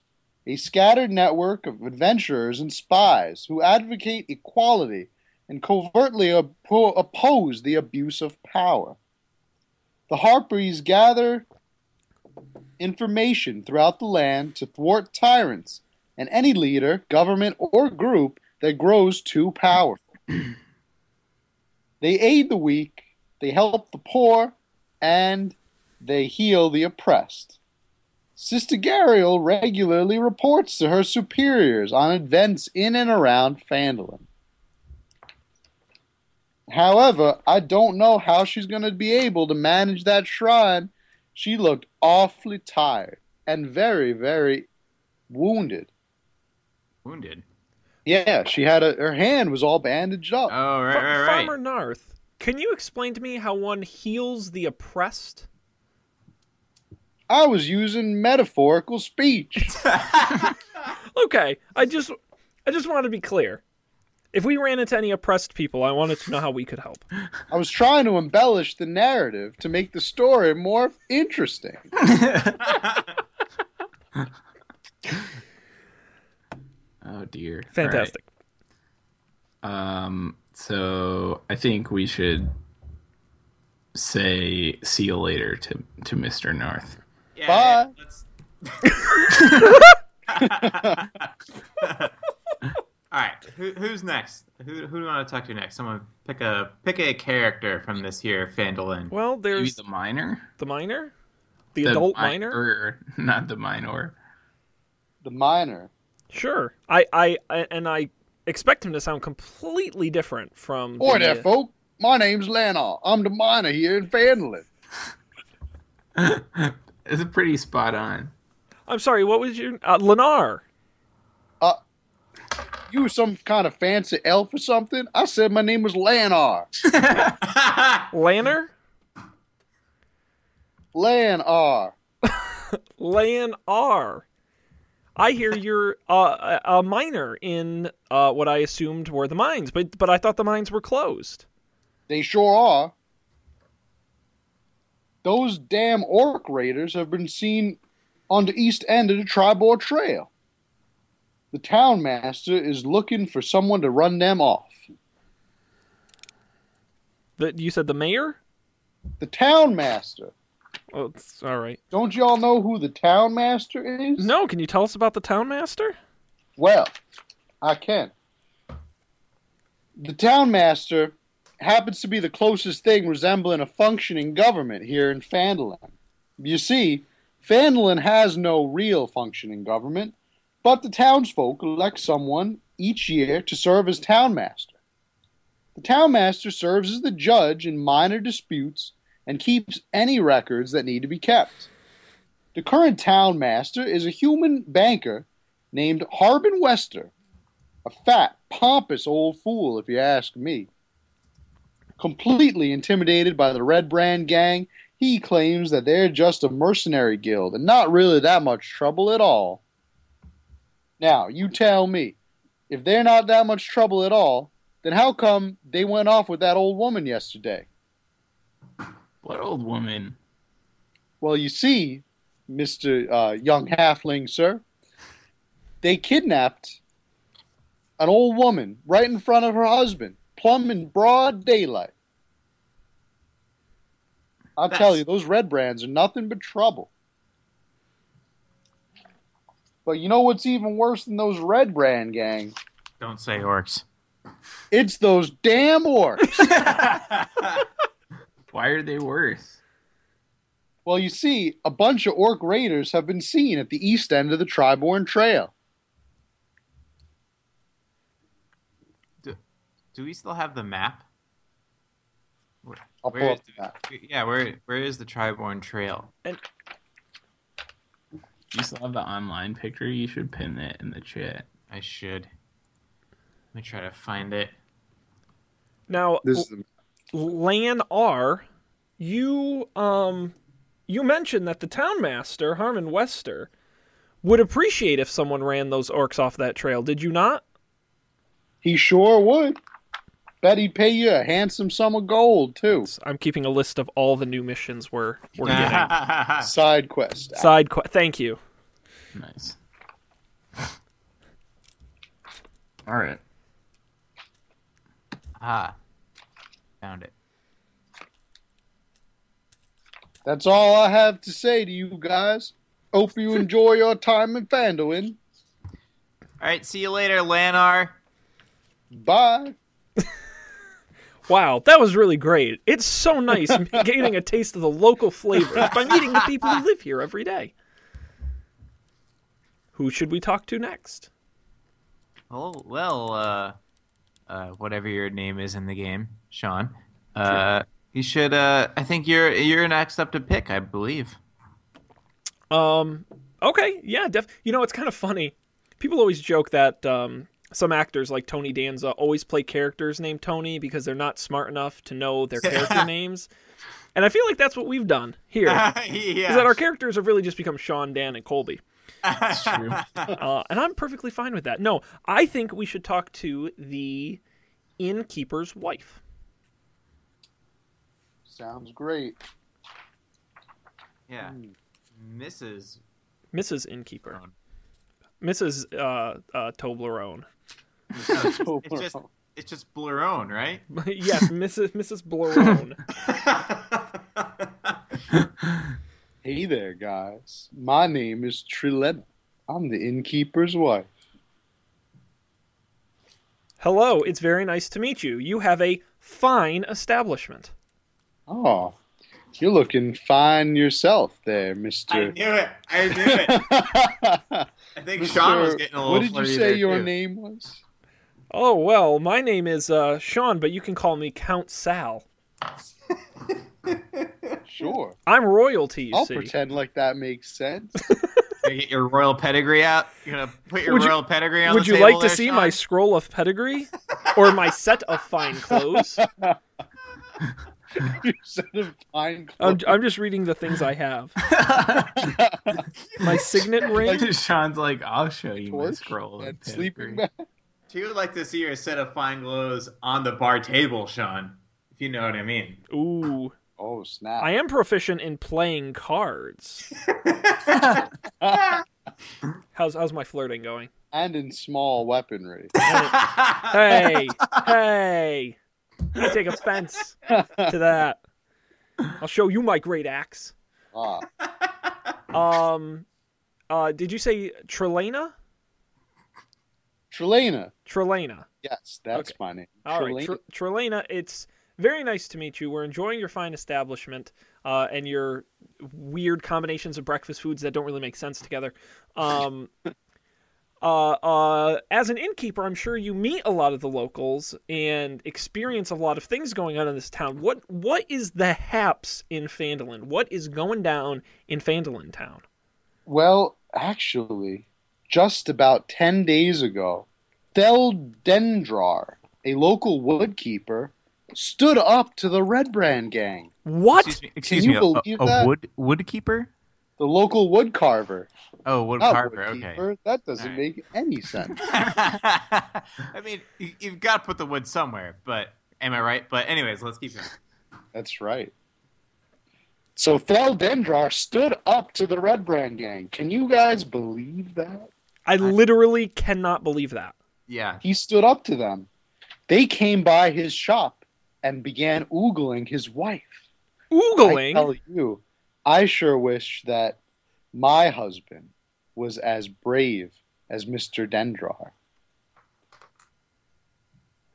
[SPEAKER 3] a scattered network of adventurers and spies who advocate equality and covertly oppo- oppose the abuse of power. The Harpies gather information throughout the land to thwart tyrants and any leader, government, or group that grows too powerful. They aid the weak, they help the poor, and they heal the oppressed. Sister Gariel regularly reports to her superiors on events in and around Fandolin. However, I don't know how she's going to be able to manage that shrine. She looked awfully tired and very, very wounded.
[SPEAKER 4] Wounded.
[SPEAKER 3] Yeah, she had a, her hand was all bandaged
[SPEAKER 2] Uh,
[SPEAKER 3] up.
[SPEAKER 4] Oh right,
[SPEAKER 1] Fa-
[SPEAKER 4] right, right.
[SPEAKER 1] Farmer Narth, can you explain to me how one heals the oppressed?
[SPEAKER 3] I was using metaphorical speech.
[SPEAKER 1] Okay, I just I just wanted to be clear. If we ran into any oppressed people, I wanted to know how we could help.
[SPEAKER 3] I was trying to embellish the narrative to make the story more interesting.
[SPEAKER 2] Oh dear. All right.
[SPEAKER 1] Fantastic.
[SPEAKER 2] Um. So I think we should say see you later to to Mr. North.
[SPEAKER 4] Yeah,
[SPEAKER 3] Bye. <laughs>
[SPEAKER 4] let's- All right, who, who's next? Who, who do you want to talk to next? Someone pick a pick a character from this here Fandolin.
[SPEAKER 1] Well,
[SPEAKER 2] Maybe
[SPEAKER 1] there's
[SPEAKER 2] the minor.
[SPEAKER 1] the minor, the, adult
[SPEAKER 2] mi- er-
[SPEAKER 1] minor.
[SPEAKER 2] or- not the minor.
[SPEAKER 3] The minor.
[SPEAKER 1] Sure. I, I I and I expect him to sound completely different from
[SPEAKER 3] Boy,
[SPEAKER 1] the,
[SPEAKER 3] there, folk. My name's Lanar. I'm the minor here in Fandolin.
[SPEAKER 2] It's pretty spot on.
[SPEAKER 1] I'm sorry, what was your uh, Lenar.
[SPEAKER 3] You some kind of fancy elf or something? I said my name was Lanar.
[SPEAKER 1] Lanner?
[SPEAKER 3] Lanar.
[SPEAKER 1] Lan R. I hear you're uh, a a miner in uh, what I assumed were the mines, but but I thought the mines were closed.
[SPEAKER 3] They sure are. Those damn orc raiders have been seen on the east end of the Tribor Trail. The town master is looking for someone to run them off.
[SPEAKER 1] The, you said the mayor?
[SPEAKER 3] The town master.
[SPEAKER 1] Oh, it's, all right.
[SPEAKER 3] Don't y'all know who the town master is?
[SPEAKER 1] No, can you tell us about the town master?
[SPEAKER 3] Well, I can. The town master happens to be the closest thing resembling a functioning government here in Fandolin. You see, Fandolin has no real functioning government, but the townsfolk elect someone each year to serve as townmaster. The townmaster serves as the judge in minor disputes and keeps any records that need to be kept. The current townmaster is a human banker named Harbin Wester, a fat, pompous old fool, if you ask me. Completely intimidated by the Red Brand Gang, he claims that they're just a mercenary guild and not really that much trouble at all. Now, you tell me, if they're not that much trouble at all, then how come they went off with that old woman yesterday?
[SPEAKER 2] What old woman?
[SPEAKER 3] Well, you see, Mr. Uh, young halfling, sir, they kidnapped an old woman right in front of her husband, plumb in broad daylight. I'll tell
[SPEAKER 4] That's-
[SPEAKER 3] you, those red brands are nothing but trouble. But you know what's even worse than those red brand gang?
[SPEAKER 4] Don't say <laughs> orcs.
[SPEAKER 3] It's those damn
[SPEAKER 4] <laughs>
[SPEAKER 3] orcs.
[SPEAKER 2] Why are they worse?
[SPEAKER 3] well, you see, a bunch of orc raiders have been seen at the east end of the Triborn Trail.
[SPEAKER 4] Do we still have the map? Where,
[SPEAKER 3] I'll pull
[SPEAKER 4] where
[SPEAKER 3] up
[SPEAKER 4] is
[SPEAKER 3] the map.
[SPEAKER 4] <laughs> Yeah, where where is the Triborn Trail?
[SPEAKER 2] You still have the online picture. You should pin it in the chat.
[SPEAKER 4] I should. Let me try to find it.
[SPEAKER 1] Now,
[SPEAKER 3] This is the
[SPEAKER 1] Lan R, you um you mentioned that the townmaster, Harmon Wester, would appreciate if someone ran those orcs off that trail, did you not?
[SPEAKER 3] He sure would. Bet he'd pay you a handsome sum of gold too.
[SPEAKER 1] I'm keeping a list of all the new missions we're we're
[SPEAKER 4] Uh-huh.
[SPEAKER 1] getting.
[SPEAKER 3] Side quest.
[SPEAKER 1] Side qu- thank you.
[SPEAKER 2] Nice. <laughs> All right.
[SPEAKER 4] <laughs> ah, found it.
[SPEAKER 3] That's all I have to say to you guys. Hope you enjoy your time in Fandolin.
[SPEAKER 4] All right, see you later, Lanar.
[SPEAKER 3] Bye.
[SPEAKER 1] Wow, that was really great. It's so nice <laughs> getting a taste of the local flavor by meeting the people who live here every day. Who should we talk to next?
[SPEAKER 4] Oh well, uh, uh, whatever your name is in the game, Sean. Uh, you should. Uh, I think you're you're next up to pick. I believe.
[SPEAKER 1] Um, okay, yeah, def- you know, it's kind of funny. People always joke that um, some actors like Tony Danza always play characters named Tony because they're not smart enough to know their character names. And I feel like that's what we've done
[SPEAKER 4] <laughs>
[SPEAKER 1] here. Is that our characters have really just become Sean, Dan, and Colby.
[SPEAKER 2] It's true.
[SPEAKER 1] Uh, and I'm perfectly fine with that. No, I think we should talk to the innkeeper's wife.
[SPEAKER 3] Sounds great.
[SPEAKER 4] <laughs>
[SPEAKER 3] Hmm.
[SPEAKER 4] yeah, Mrs.
[SPEAKER 1] Mrs. Innkeeper.
[SPEAKER 4] Brown.
[SPEAKER 1] Mrs. Uh, uh, Toblerone. <laughs>
[SPEAKER 4] No, <laughs> it's, it's
[SPEAKER 3] <laughs>
[SPEAKER 4] just it's just Bluron, right? <laughs>
[SPEAKER 1] yes, Mrs. Mrs. Blarone.
[SPEAKER 3] Hey there, guys. My name is Trilena. I'm the innkeeper's wife.
[SPEAKER 1] Hello, it's very nice to meet you. You have a fine establishment.
[SPEAKER 3] Oh, you're looking fine yourself there,
[SPEAKER 4] I
[SPEAKER 3] <laughs> Mister.
[SPEAKER 4] knew it. I knew it. I
[SPEAKER 3] <laughs>
[SPEAKER 4] think Sean was getting a little
[SPEAKER 3] what did you
[SPEAKER 4] flirty
[SPEAKER 3] say
[SPEAKER 4] there,
[SPEAKER 3] your
[SPEAKER 4] too. <laughs>
[SPEAKER 3] name was?
[SPEAKER 1] Oh, well, my name is uh, Sean, but you can call me Count Sal.
[SPEAKER 3] Sure.
[SPEAKER 1] I'm royalty, you
[SPEAKER 3] I'll
[SPEAKER 1] see.
[SPEAKER 3] pretend like that makes
[SPEAKER 1] <laughs>
[SPEAKER 3] sense. <laughs>
[SPEAKER 4] Gonna get your royal pedigree out. You're gonna put your
[SPEAKER 1] Would you-
[SPEAKER 4] royal pedigree on
[SPEAKER 1] Would
[SPEAKER 4] the
[SPEAKER 1] you
[SPEAKER 4] table
[SPEAKER 1] like to
[SPEAKER 4] there,
[SPEAKER 1] see
[SPEAKER 4] Sean?
[SPEAKER 1] my scroll of pedigree? or my set of fine
[SPEAKER 4] <laughs>
[SPEAKER 1] clothes?
[SPEAKER 3] Instead of fine
[SPEAKER 1] I'm,
[SPEAKER 3] clothes.
[SPEAKER 1] I'm just reading the things I have.
[SPEAKER 2] <laughs>
[SPEAKER 1] My
[SPEAKER 4] <laughs>
[SPEAKER 1] signet ring.
[SPEAKER 2] Sean's like, I'll show you my
[SPEAKER 3] Torch
[SPEAKER 2] scroll.
[SPEAKER 3] and
[SPEAKER 2] of
[SPEAKER 3] sleeping
[SPEAKER 2] pedigree."
[SPEAKER 3] bag.
[SPEAKER 4] She would like to see your set of fine clothes on the bar table, Sean. If you know what I mean.
[SPEAKER 1] <laughs> Ooh,
[SPEAKER 3] Oh snap!
[SPEAKER 1] I am proficient in playing
[SPEAKER 4] <laughs>
[SPEAKER 1] cards. How's how's my flirting going?
[SPEAKER 3] and in small weaponry.
[SPEAKER 1] Hey, hey! I take
[SPEAKER 4] <laughs>
[SPEAKER 1] offense to that. I'll show you my great axe.
[SPEAKER 3] Ah,
[SPEAKER 1] Um, uh, did you say Trelena?
[SPEAKER 3] Trelena.
[SPEAKER 1] Trelena.
[SPEAKER 3] Yes, that's
[SPEAKER 1] Okay.
[SPEAKER 3] my name.
[SPEAKER 1] All right,
[SPEAKER 3] Trelena.
[SPEAKER 1] Tre- Trelena. It's very nice to meet you. We're enjoying your fine establishment uh, and your weird combinations of breakfast foods that don't really make sense together. Um, <laughs> uh, uh, as an innkeeper, I'm sure you meet a lot of the locals and experience a lot of things going on in this town. What what is the haps in Fandolin? What is going down in Fandolin town?
[SPEAKER 3] Well, actually, just about 10 days ago, Theldendrar, a local woodkeeper, stood up to the Red Brand Gang,
[SPEAKER 1] What?
[SPEAKER 4] Excuse me. Excuse
[SPEAKER 3] you
[SPEAKER 4] me. A,
[SPEAKER 3] believe
[SPEAKER 4] a
[SPEAKER 3] that?
[SPEAKER 4] wood woodkeeper?
[SPEAKER 3] the local wood carver.
[SPEAKER 4] Oh, wood
[SPEAKER 3] Not
[SPEAKER 4] carver.
[SPEAKER 3] woodkeeper.
[SPEAKER 4] Okay.
[SPEAKER 3] That doesn't
[SPEAKER 4] All right.
[SPEAKER 3] make any sense.
[SPEAKER 4] <laughs> I mean, you, you've got to put the wood somewhere, but am I right? But anyways, let's keep going.
[SPEAKER 3] That's right. So Theldendrar stood up to the Red Brand Gang. Can you guys believe that?
[SPEAKER 1] I literally cannot believe that.
[SPEAKER 4] Yeah.
[SPEAKER 3] He stood up to them. They came by his shop and began oogling his wife. I
[SPEAKER 1] Oogling.
[SPEAKER 3] tell you, I sure wish that my husband was as brave as Mr. Dendrar.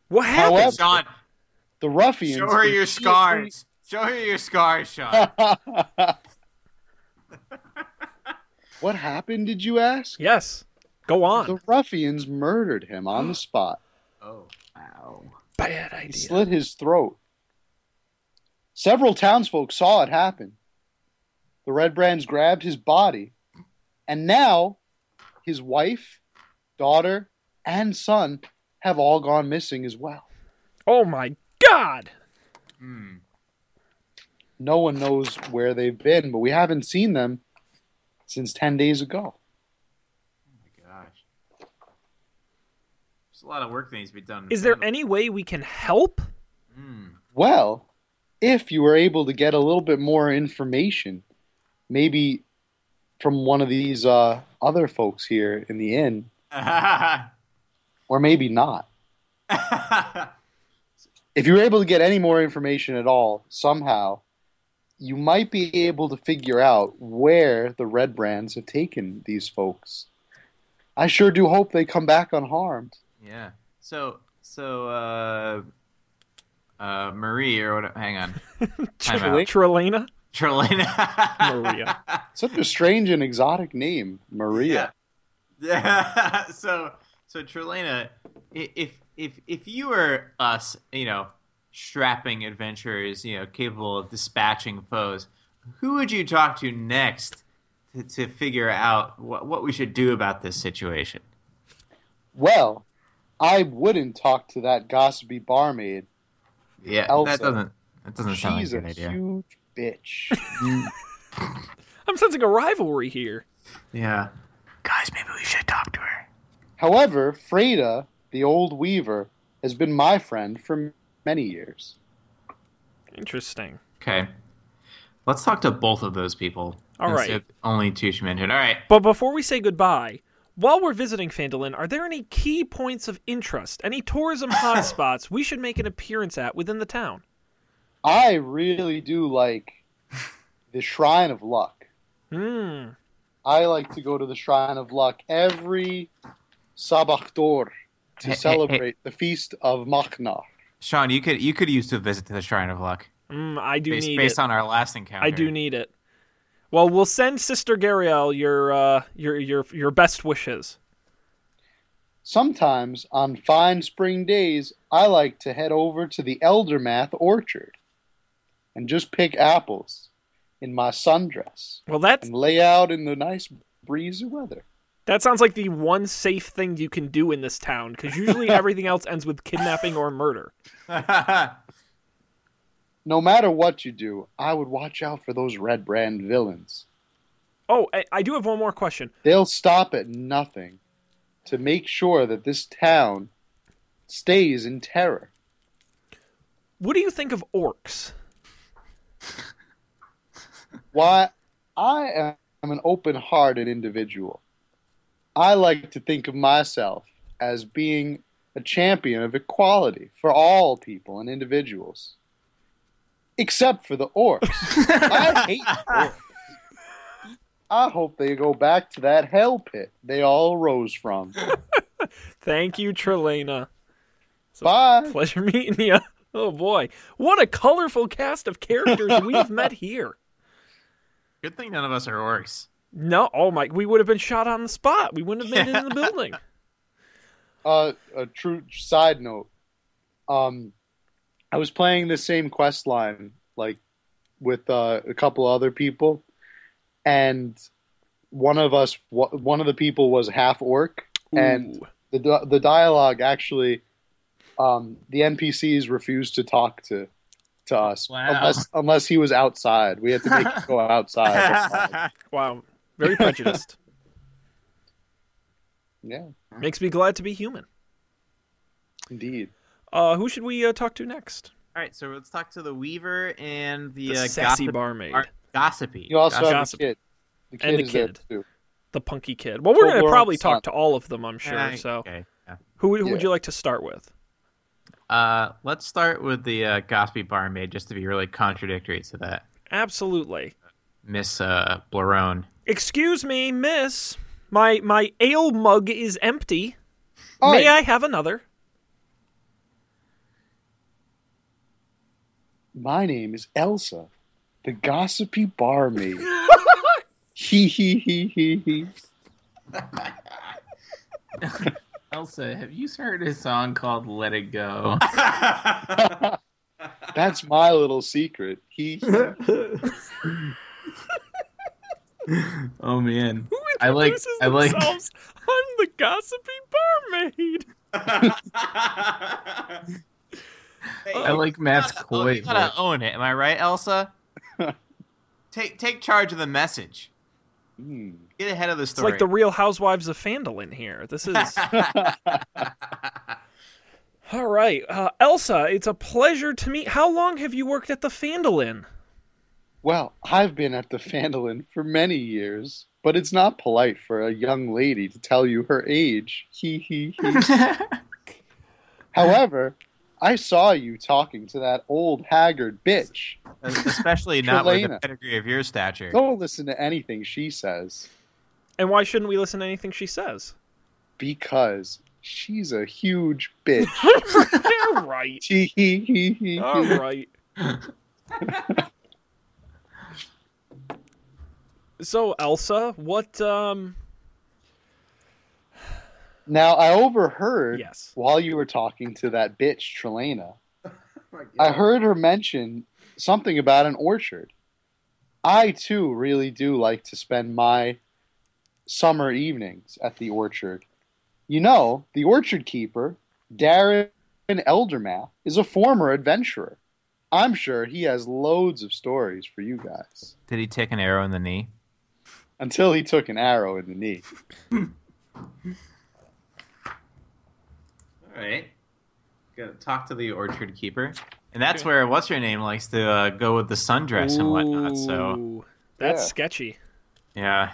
[SPEAKER 1] What happened?
[SPEAKER 3] However-
[SPEAKER 4] Sean,
[SPEAKER 3] The ruffians.
[SPEAKER 4] show her your
[SPEAKER 3] immediately-
[SPEAKER 4] scars. Show her your scars, Sean.
[SPEAKER 3] <laughs> what happened, did you ask?
[SPEAKER 1] Yes. Go on.
[SPEAKER 3] The ruffians murdered him on the spot.
[SPEAKER 4] oh, wow.
[SPEAKER 1] Bad
[SPEAKER 3] He
[SPEAKER 1] idea.
[SPEAKER 3] slit his throat. Several townsfolk saw it happen. The Red Brands grabbed his body, and now his wife, daughter, and son have all gone missing as well.
[SPEAKER 1] Oh my god.
[SPEAKER 4] Hmm.
[SPEAKER 3] No one knows where they've been, but we haven't seen them since 10 days ago.
[SPEAKER 4] my gosh. There's a lot of work that needs to be done.
[SPEAKER 1] Is there any way we can help?
[SPEAKER 4] Hmm.
[SPEAKER 3] Well, if you were able to get a little bit more information, maybe from one of these uh, other folks here in the inn,
[SPEAKER 4] Hmm.
[SPEAKER 3] or maybe not. If you were able to get any more information at all, somehow, you might be able to figure out where the Red Brands have taken these folks. I sure do hope they come back unharmed.
[SPEAKER 4] <laughs> yeah. So, so, uh, uh, Marie, or what? Hang on. <laughs> Time out.
[SPEAKER 1] Trelena?
[SPEAKER 4] Trelena.
[SPEAKER 1] Maria.
[SPEAKER 3] Such a strange and exotic name, Maria.
[SPEAKER 4] Yeah. <laughs> so so Trelena, i- if if if you were us, you know, strapping adventurers, you know, capable of dispatching foes, who would you talk to next to, to figure out what what we should do about this situation?
[SPEAKER 3] Well, I wouldn't talk to that gossipy barmaid.
[SPEAKER 4] Yeah,
[SPEAKER 3] Elsa.
[SPEAKER 4] that doesn't that doesn't sound like
[SPEAKER 3] She's
[SPEAKER 4] a good
[SPEAKER 3] a
[SPEAKER 4] idea.
[SPEAKER 3] huge bitch. <laughs>
[SPEAKER 1] I'm sensing a rivalry here.
[SPEAKER 4] Yeah. Guys, maybe we should talk to her.
[SPEAKER 3] However, Freda, the old weaver, has been my friend for many years.
[SPEAKER 1] Interesting.
[SPEAKER 4] Okay. Let's talk to both of those people.
[SPEAKER 1] All
[SPEAKER 4] instead
[SPEAKER 1] right.
[SPEAKER 4] of Only two she mentioned. All right.
[SPEAKER 1] But before we say goodbye, while we're visiting Fandolin, are there any key points of interest, any
[SPEAKER 4] <laughs>
[SPEAKER 1] tourism hotspots we should make an appearance at within the town?
[SPEAKER 3] I really do like the Shrine of Luck.
[SPEAKER 1] Hmm.
[SPEAKER 3] I like to go to the Shrine of Luck every Sabachtor to
[SPEAKER 4] Hey, hey,
[SPEAKER 3] celebrate the feast of Machna.
[SPEAKER 4] Sean, you could you could use to visit to the Shrine of Luck.
[SPEAKER 1] Mm, I do
[SPEAKER 4] based,
[SPEAKER 1] need
[SPEAKER 4] based
[SPEAKER 1] it.
[SPEAKER 4] on our last encounter.
[SPEAKER 1] I do need it. Well, we'll send Sister Gariel your uh, your your your best wishes.
[SPEAKER 3] Sometimes on fine spring days, I like to head over to the Eldermath orchard and just pick apples in my sundress
[SPEAKER 1] Well, that's
[SPEAKER 3] and lay out in the nice breezy weather.
[SPEAKER 1] That sounds like the one safe thing you can do in this town, because usually everything else ends with kidnapping or murder.
[SPEAKER 3] No matter what you do, I would watch out for those red brand villains.
[SPEAKER 1] Oh, I, I do have one more question.
[SPEAKER 3] They'll stop at nothing to make sure that this town stays in terror.
[SPEAKER 1] What do you think of orcs?
[SPEAKER 3] Why I am an open hearted individual. I like to think of myself as being a champion of equality for all people and individuals. Except for the orcs. I hate orcs. I hope they go back to that hell pit they all rose from.
[SPEAKER 1] Thank you, Trelena.
[SPEAKER 3] Bye.
[SPEAKER 1] Pleasure meeting you. Oh boy, what a colorful cast of characters we've met here.
[SPEAKER 4] Good thing none of us are
[SPEAKER 3] <laughs>
[SPEAKER 4] orcs.
[SPEAKER 1] No, oh my, we would have been shot on the spot. We wouldn't have made it in the building.
[SPEAKER 3] Uh, a true side note. Um, I was playing the same quest line like with uh, a couple other people, and one of us, one of the people was half orc, and
[SPEAKER 1] Ooh.
[SPEAKER 3] the the dialogue actually, um, the NPCs refused to talk to to us
[SPEAKER 2] Wow.
[SPEAKER 3] unless unless he was outside. We had to make him
[SPEAKER 1] <laughs>
[SPEAKER 4] <laughs>
[SPEAKER 3] go outside.
[SPEAKER 1] Wow, very prejudiced.
[SPEAKER 3] yeah,
[SPEAKER 1] Makes me glad to be human.
[SPEAKER 3] indeed.
[SPEAKER 1] Uh, who should we uh, talk to next?
[SPEAKER 4] All right, so let's talk to the Weaver and the,
[SPEAKER 1] The
[SPEAKER 4] uh,
[SPEAKER 1] sassy
[SPEAKER 4] gossip-
[SPEAKER 1] barmaid,
[SPEAKER 4] ar- gossipy.
[SPEAKER 3] You also have the
[SPEAKER 1] Gossip.
[SPEAKER 3] kid. The kid
[SPEAKER 1] And the
[SPEAKER 3] is there
[SPEAKER 1] kid.
[SPEAKER 3] too.
[SPEAKER 1] the punky kid. Well, we're
[SPEAKER 3] Well,
[SPEAKER 1] gonna
[SPEAKER 3] we're
[SPEAKER 1] probably
[SPEAKER 3] on
[SPEAKER 1] talk
[SPEAKER 3] top.
[SPEAKER 1] to all of them, I'm sure.
[SPEAKER 4] Ah,
[SPEAKER 1] so,
[SPEAKER 4] okay.
[SPEAKER 1] who, would- who would
[SPEAKER 3] Yeah.
[SPEAKER 1] you like to start with?
[SPEAKER 4] Uh, let's start with the uh, gossipy barmaid, just to be really contradictory to that
[SPEAKER 1] Absolutely.
[SPEAKER 4] Miss uh, <laughs> Blarone.
[SPEAKER 1] Excuse me, miss. My my ale mug is empty.
[SPEAKER 3] All
[SPEAKER 1] May
[SPEAKER 3] right.
[SPEAKER 1] I have another?
[SPEAKER 3] My name is Elsa, the gossipy barmaid. he he he he he.
[SPEAKER 2] Elsa, have you heard a song called "Let It
[SPEAKER 3] <laughs>
[SPEAKER 2] Go"?
[SPEAKER 3] That's my little secret. He. he.
[SPEAKER 2] oh man,
[SPEAKER 1] Who
[SPEAKER 2] I like-
[SPEAKER 1] introduces
[SPEAKER 2] I like-
[SPEAKER 1] themselves? I'm the gossipy barmaid.
[SPEAKER 2] I like
[SPEAKER 4] <laughs>
[SPEAKER 2] Matt's coy.
[SPEAKER 4] You gotta own it. Am I right,
[SPEAKER 3] <laughs>
[SPEAKER 4] Elsa? take take charge of the message.
[SPEAKER 3] Hmm.
[SPEAKER 4] Get ahead of the
[SPEAKER 1] It's
[SPEAKER 4] story.
[SPEAKER 1] like the Real Housewives of Fandolin here. This is <laughs> all right, uh, Elsa. It's a pleasure to meet. How long have you worked at the Fandolin?
[SPEAKER 3] Well, I've been at the Fandolin for many years, but it's not polite for a young lady to tell you her age. He he he. However, I saw you talking to that old haggard bitch.
[SPEAKER 4] especially not with the
[SPEAKER 3] Trelena. Oh.
[SPEAKER 4] pedigree of your stature.
[SPEAKER 3] Don't listen to anything she says
[SPEAKER 1] And why shouldn't we listen to anything she says? <laughs>
[SPEAKER 3] because she's a huge bitch.
[SPEAKER 1] You're right.
[SPEAKER 3] He he he he.
[SPEAKER 1] All right. so Elsa, what um
[SPEAKER 3] Now I overheard
[SPEAKER 1] yes.
[SPEAKER 3] while you were talking to that bitch Trelena, I heard her mention something about an orchard. I too really do like to spend my summer evenings at the orchard. You know, the orchard keeper, Darren Eldermath, is a former adventurer. I'm sure he has loads of stories for you guys.
[SPEAKER 4] Did he take an arrow in the knee?
[SPEAKER 3] Until he took an arrow in the knee.
[SPEAKER 4] All right. Go talk to the orchard keeper. And that's where what's your name likes to uh, go with the sundress and whatnot. So
[SPEAKER 1] Ooh, that's
[SPEAKER 3] Yeah.
[SPEAKER 1] sketchy.
[SPEAKER 4] yeah,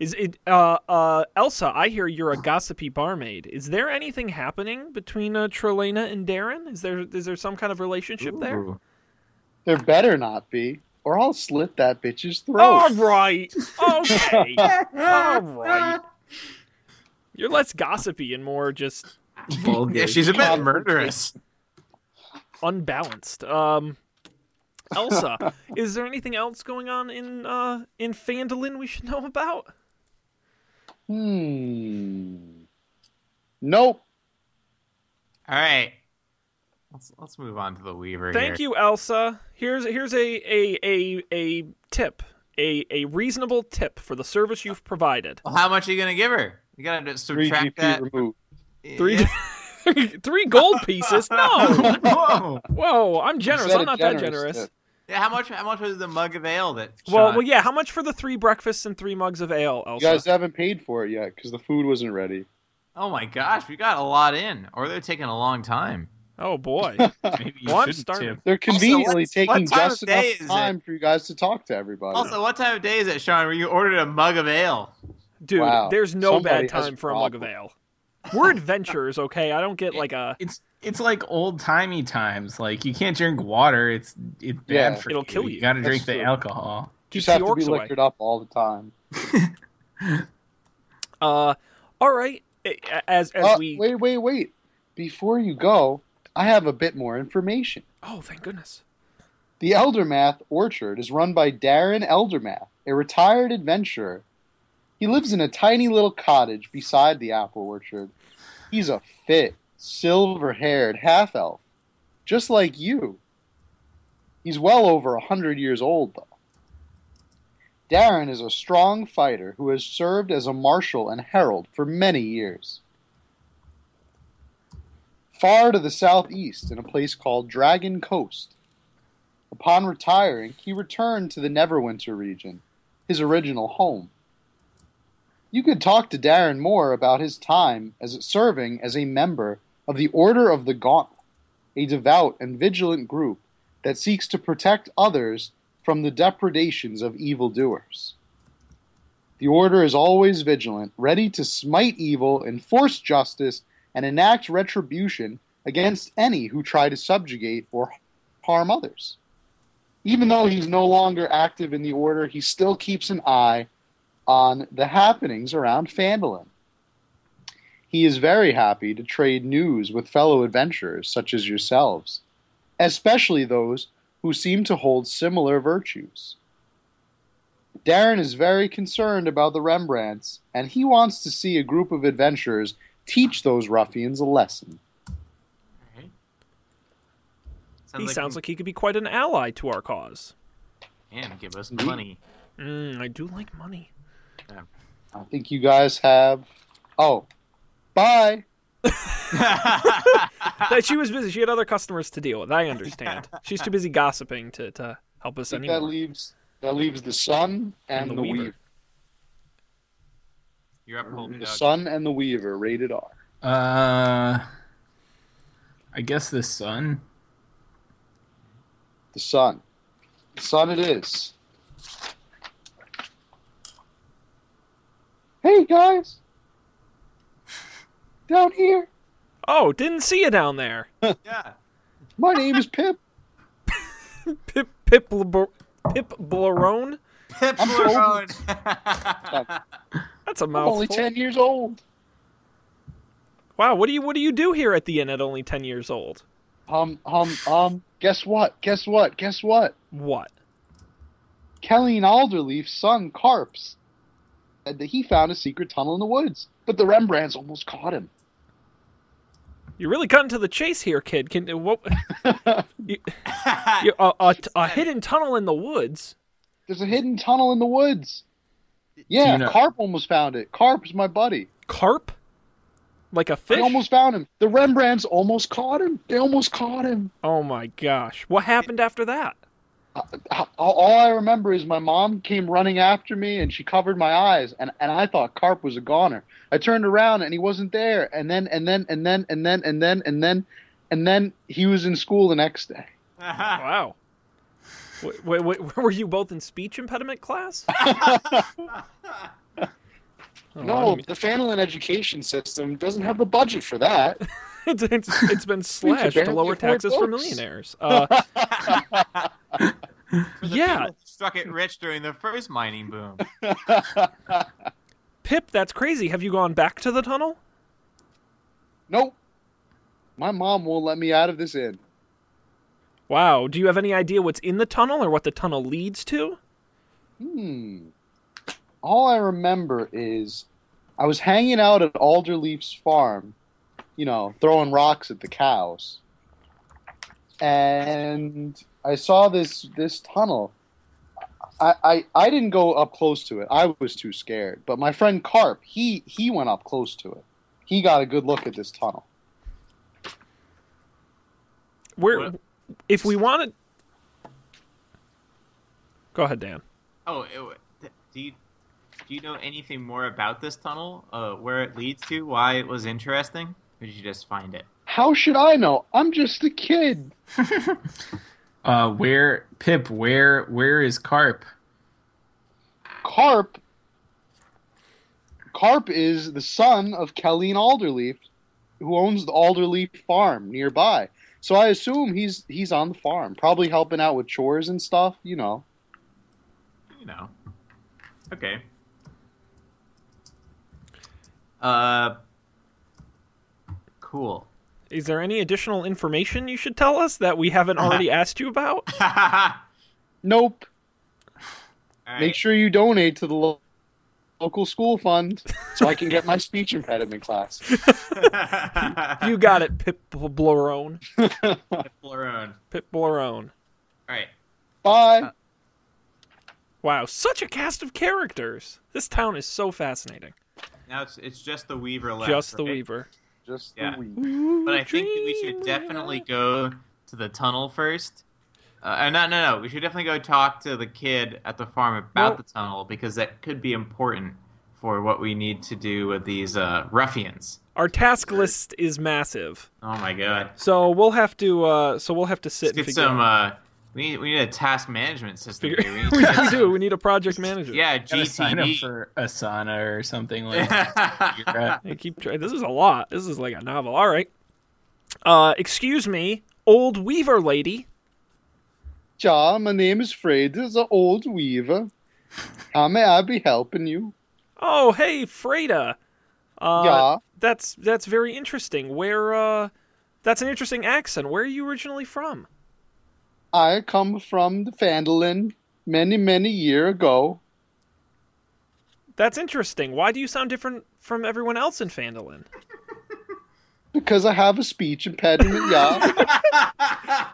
[SPEAKER 1] Is it uh uh Elsa, I hear you're a gossipy barmaid. Is there anything happening between uh, Trelena and Darren? Is there is there some kind of relationship there?
[SPEAKER 4] Ooh.
[SPEAKER 3] There better not be, or I'll slit that bitch's
[SPEAKER 1] All
[SPEAKER 3] throat.
[SPEAKER 1] right. Okay. All right. You're less gossipy and more just
[SPEAKER 2] Vulgar.
[SPEAKER 4] Yeah,
[SPEAKER 3] <laughs>
[SPEAKER 4] she's a bit murderous.
[SPEAKER 1] unbalanced. Um,
[SPEAKER 3] <laughs>
[SPEAKER 1] Elsa, is there anything else going on in uh, in Fandolin we should know about?
[SPEAKER 3] Hmm. Nope.
[SPEAKER 4] All right. Let's let's move on to the weaver.
[SPEAKER 1] Thank you, Elsa. Here's here's a a a, a tip, a a reasonable tip for the service you've provided.
[SPEAKER 4] Well, how much are you gonna give her? You gotta just
[SPEAKER 3] Three
[SPEAKER 4] subtract
[SPEAKER 3] GP <laughs>
[SPEAKER 4] that.
[SPEAKER 3] removed.
[SPEAKER 1] Three
[SPEAKER 4] Yeah.
[SPEAKER 1] <laughs> three gold
[SPEAKER 3] <laughs>
[SPEAKER 1] pieces? No.
[SPEAKER 4] <laughs> Whoa.
[SPEAKER 1] Whoa, I'm generous.
[SPEAKER 3] that
[SPEAKER 1] I'm
[SPEAKER 3] a
[SPEAKER 1] not that
[SPEAKER 3] generous
[SPEAKER 1] generous.
[SPEAKER 3] tip?
[SPEAKER 4] Yeah, how much? How much was the mug of ale that?
[SPEAKER 1] Well,
[SPEAKER 4] Sean-
[SPEAKER 1] well, yeah. How much for the three breakfasts and three mugs of ale,
[SPEAKER 3] You
[SPEAKER 1] Elsa?
[SPEAKER 3] guys haven't paid for it yet because the food wasn't ready.
[SPEAKER 4] Oh my gosh, we got a lot in, or they're taking a long time.
[SPEAKER 1] <laughs> Oh
[SPEAKER 3] <laughs>
[SPEAKER 1] boy.
[SPEAKER 2] Maybe you
[SPEAKER 1] Well, I'm
[SPEAKER 2] shouldn't
[SPEAKER 1] starving.
[SPEAKER 3] They're conveniently
[SPEAKER 4] what-
[SPEAKER 3] taking
[SPEAKER 4] what time
[SPEAKER 3] just
[SPEAKER 4] of day
[SPEAKER 3] enough
[SPEAKER 4] is it?
[SPEAKER 3] time for you guys to talk to everybody.
[SPEAKER 4] Also, what time of day is it, Sean? Where you ordered a mug of ale?
[SPEAKER 1] Dude,
[SPEAKER 3] Wow.
[SPEAKER 1] there's no
[SPEAKER 3] Somebody
[SPEAKER 1] bad
[SPEAKER 3] has
[SPEAKER 1] time
[SPEAKER 3] a
[SPEAKER 1] for a mug of ale. We're adventurers, okay? I don't get like a
[SPEAKER 2] It's it's like old timey times. Like you can't drink water. It's it's bad
[SPEAKER 3] Yeah.
[SPEAKER 2] for
[SPEAKER 1] It'll kill you.
[SPEAKER 2] You got to
[SPEAKER 3] That's
[SPEAKER 2] drink the
[SPEAKER 3] true.
[SPEAKER 2] alcohol.
[SPEAKER 1] keeps
[SPEAKER 3] just
[SPEAKER 1] the
[SPEAKER 3] have to be
[SPEAKER 1] orcs away.
[SPEAKER 3] liquored up all the time.
[SPEAKER 1] Uh, all right. A- a- As as
[SPEAKER 3] Uh,
[SPEAKER 1] we
[SPEAKER 3] Wait, wait, wait. Before you go, I have a bit more information.
[SPEAKER 1] Oh, thank goodness.
[SPEAKER 3] The Eldermath Orchard is run by Darren Eldermath, a retired adventurer. He lives in a tiny little cottage beside the apple orchard. He's a fit, silver haired half elf, just like you. He's well over a hundred years old, though. Darren is a strong fighter who has served as a marshal and herald for many years. Far to the southeast, in a place called Dragon Coast, Upon retiring, he returned to the Neverwinter region, his original home. You could talk to Darren more about his time as serving as a member of the Order of the Gauntlet, a devout and vigilant group that seeks to protect others from the depredations of evildoers. The Order is always vigilant, ready to smite evil, enforce justice, and enact retribution against any who try to subjugate or harm others even though he's no longer active in the order, he still keeps an eye on the happenings around Fandolin. He is very happy to trade news with fellow adventurers such as yourselves, especially those who seem to hold similar virtues. Darren is very concerned about the Rembrandts, and he wants to see a group of adventurers teach those ruffians a lesson.
[SPEAKER 4] Alright.
[SPEAKER 1] he sounds like he could be quite an ally to our cause.
[SPEAKER 4] and give us
[SPEAKER 1] <laughs>
[SPEAKER 4] money. <laughs>
[SPEAKER 1] Mm, I do like money.
[SPEAKER 3] I think you guys have. Oh, bye.
[SPEAKER 1] <laughs> that she was busy. She had other customers to deal with. I
[SPEAKER 3] <laughs>
[SPEAKER 1] understand. She's too busy gossiping to, to help us
[SPEAKER 3] I think that
[SPEAKER 1] anymore.
[SPEAKER 3] leaves that leaves the sun and, the, weaver. Oh
[SPEAKER 4] You're up, Holden
[SPEAKER 3] The
[SPEAKER 4] Doug.
[SPEAKER 3] sun and the weaver rated R.
[SPEAKER 2] Uh, I guess the sun.
[SPEAKER 3] The sun. The sun it is. Hey <sighs> guys. Down here.
[SPEAKER 1] Oh, didn't see you down there.
[SPEAKER 4] Yeah.
[SPEAKER 3] My name is Pip.
[SPEAKER 1] Pip Pip Labor- Pip Blarone.
[SPEAKER 4] Pip
[SPEAKER 3] <laughs> I'm so-
[SPEAKER 4] Blorone.
[SPEAKER 1] That's a
[SPEAKER 3] I'm
[SPEAKER 1] mouthful.
[SPEAKER 3] only ten years old.
[SPEAKER 1] Wow, what do you what do you do here at the inn at only ten years old?
[SPEAKER 3] Um um um guess what? Guess what? Guess what?
[SPEAKER 1] What?
[SPEAKER 3] Kelly and Alderleaf's son Carps said that he found a secret tunnel in the woods, but the Rembrandts almost caught him.
[SPEAKER 1] You're really cutting to the chase here, kid. Can
[SPEAKER 3] <laughs>
[SPEAKER 1] what? you- a, a, a hidden tunnel in the woods.
[SPEAKER 3] There's a hidden tunnel in the woods. Yeah,
[SPEAKER 2] you know-
[SPEAKER 3] Carp almost found it. Carp's my buddy.
[SPEAKER 1] Carp, like a fish.
[SPEAKER 3] They almost found him. The Rembrandts almost caught him. They almost caught him.
[SPEAKER 1] Oh my gosh! What happened after that?
[SPEAKER 3] All- All I remember is my mom came running after me and she covered my eyes and, and I thought Carp was a goner. I turned around and he wasn't there. And then and then and then and then and then and then and then he was in school the next day.
[SPEAKER 4] <laughs>
[SPEAKER 1] Wow. Wait, wait, wait, <laughs> were you both in speech impediment class? <laughs> Oh, I
[SPEAKER 5] No,
[SPEAKER 1] mean, <laughs>
[SPEAKER 5] the Fanolin education system doesn't have the budget for that. <laughs>
[SPEAKER 1] it's, it's, it's been slashed to
[SPEAKER 5] barely
[SPEAKER 1] lower
[SPEAKER 5] afford
[SPEAKER 1] taxes for
[SPEAKER 5] books.
[SPEAKER 1] millionaires. Uh, yeah,
[SPEAKER 4] Struck it rich during the first mining boom.
[SPEAKER 1] Pip, that's crazy. Have you gone back to the tunnel?
[SPEAKER 3] <laughs> Nope. My mom won't let me out of this inn.
[SPEAKER 1] Wow. Do you have any idea what's in the tunnel or what the tunnel leads to?
[SPEAKER 3] Hmm. All I remember is I was hanging out at Alderleaf's farm, you know, throwing rocks at the cows. And I saw this this tunnel. I, I, I didn't go up close to it. I was too scared. But my friend Carp, he he went up close to it. He got a good look at this tunnel.
[SPEAKER 1] Where,
[SPEAKER 4] What?
[SPEAKER 1] if we wanted, go ahead, Dan.
[SPEAKER 4] Oh, it, do you do you know anything more about this tunnel? Uh, where it leads to? Why it was interesting? Or did you just find it?
[SPEAKER 3] How should I know? I'm just a kid.
[SPEAKER 2] Uh, where Pip? Where where is Carp?
[SPEAKER 3] Carp. Carp is the son of Kelleen Alderleaf, who owns the Alderleaf farm nearby. So I assume he's he's on the farm, probably helping out with chores and stuff. You know,
[SPEAKER 4] You know. Okay. Uh. Cool.
[SPEAKER 1] Is there any additional information you should tell us that we
[SPEAKER 4] <laughs>
[SPEAKER 1] haven't already asked you about?
[SPEAKER 3] Nope.
[SPEAKER 4] <laughs> All
[SPEAKER 3] Make
[SPEAKER 4] right.
[SPEAKER 3] sure you donate to the lo- local school fund.
[SPEAKER 5] so I can get my speech impediment class.
[SPEAKER 1] <laughs> You got it, Pip Blorone.
[SPEAKER 4] Florone.
[SPEAKER 1] Pip Blorone.
[SPEAKER 4] All right. Uh,
[SPEAKER 3] Bye.
[SPEAKER 1] Wow, such a cast of characters. This town is so fascinating.
[SPEAKER 4] Now it's it's just the Weaver left.
[SPEAKER 1] Just the
[SPEAKER 4] right?
[SPEAKER 1] Weaver.
[SPEAKER 3] Just
[SPEAKER 4] Yeah.
[SPEAKER 3] the week.
[SPEAKER 1] Ooh,
[SPEAKER 4] But I think that we should definitely go to the tunnel first. Uh, uh, no, no, no. We should definitely go talk to the kid at the farm about
[SPEAKER 1] Well-
[SPEAKER 4] the tunnel because that could be important for what we need to do with these uh, ruffians.
[SPEAKER 1] Our task list is massive,
[SPEAKER 4] Oh my god.
[SPEAKER 1] so we'll have to. Uh, so we'll have to sit.
[SPEAKER 4] Let's get
[SPEAKER 1] and figure
[SPEAKER 4] some.
[SPEAKER 1] out-
[SPEAKER 4] Uh, we need we need a task management system.
[SPEAKER 1] figure-
[SPEAKER 4] here.
[SPEAKER 1] <laughs>
[SPEAKER 4] We
[SPEAKER 1] we
[SPEAKER 4] need to- <laughs>
[SPEAKER 1] do. We need a project manager.
[SPEAKER 4] yeah,
[SPEAKER 2] Gotta sign up
[SPEAKER 4] GTD. <laughs>
[SPEAKER 2] for Asana or something like that. You're right.
[SPEAKER 1] I keep trying. This is a lot. This is like a novel. All right. Uh, excuse me, old Weaver lady.
[SPEAKER 3] Ja, my name is Fred, the old weaver. How may I be helping you?
[SPEAKER 1] Oh, hey, Freda. Uh,
[SPEAKER 3] yeah.
[SPEAKER 1] That's that's very interesting. Where uh, that's an interesting accent. Where are you originally from?
[SPEAKER 3] I come from the Fandolin many, many year ago.
[SPEAKER 1] That's interesting. Why do you sound different from everyone else in Fandolin?
[SPEAKER 3] Because I have a speech impediment, yeah.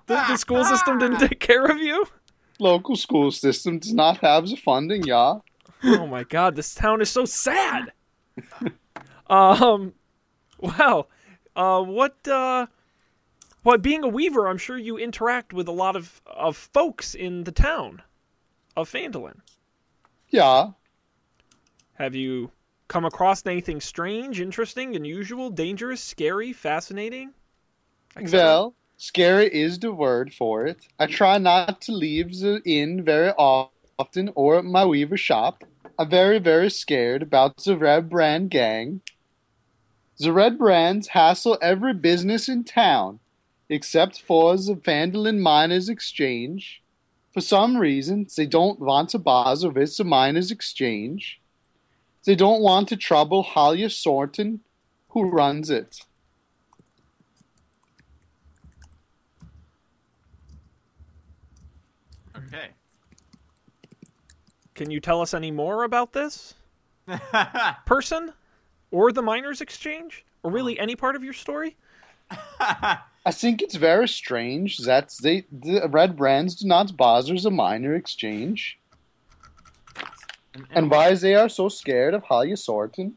[SPEAKER 1] The, the school system didn't take care of you?
[SPEAKER 3] Local school system does not have the funding, yeah.
[SPEAKER 1] Oh my god, this town is so sad. Um wow. Uh what uh well, being a weaver, I'm sure you interact with a lot of, of folks in the town of Fandolin.
[SPEAKER 3] Yeah.
[SPEAKER 1] Have you come across anything strange, interesting, unusual, dangerous, scary, fascinating?
[SPEAKER 3] Well, scary is the word for it. I try not to leave the inn very often or my weaver shop. I'm very, very scared about the Red Brand gang. The Red Brands hassle every business in town, except for the Vandalin Miners Exchange. For some reason, they don't want to bother with the Miners Exchange. They don't want to trouble Holly Sorton, who runs it.
[SPEAKER 4] okay.
[SPEAKER 1] Can you tell us any more about this
[SPEAKER 4] <laughs>
[SPEAKER 1] person or the miners exchange or
[SPEAKER 3] Oh.
[SPEAKER 1] really any part of your story?
[SPEAKER 3] I think it's very strange that they, the red brands do not bother the minor exchange, and why they are so scared of Halya Sorten.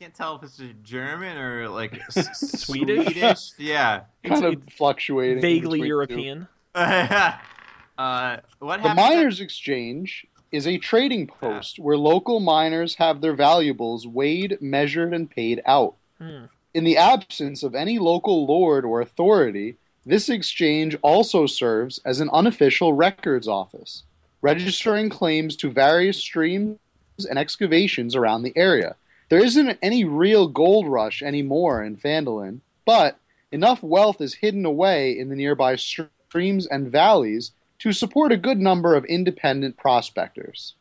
[SPEAKER 4] can't tell if it's just German
[SPEAKER 1] <laughs>
[SPEAKER 4] or like s-
[SPEAKER 1] Swedish?
[SPEAKER 4] Swedish. Yeah. <laughs>
[SPEAKER 3] Kind of
[SPEAKER 1] It's-
[SPEAKER 3] fluctuating.
[SPEAKER 1] Vaguely
[SPEAKER 3] between the two.
[SPEAKER 1] European.
[SPEAKER 4] uh, what
[SPEAKER 3] The
[SPEAKER 4] happened? Ah.
[SPEAKER 3] miners exchange is a trading post where local miners have their valuables weighed, measured, and paid out.
[SPEAKER 1] Hmm.
[SPEAKER 3] In the absence of any local lord or authority, this exchange also serves as an unofficial records office, registering claims to various streams and excavations around the area. There isn't any real gold rush anymore in Fandolin, but enough wealth is hidden away in the nearby streams and valleys to support a good number of independent prospectors.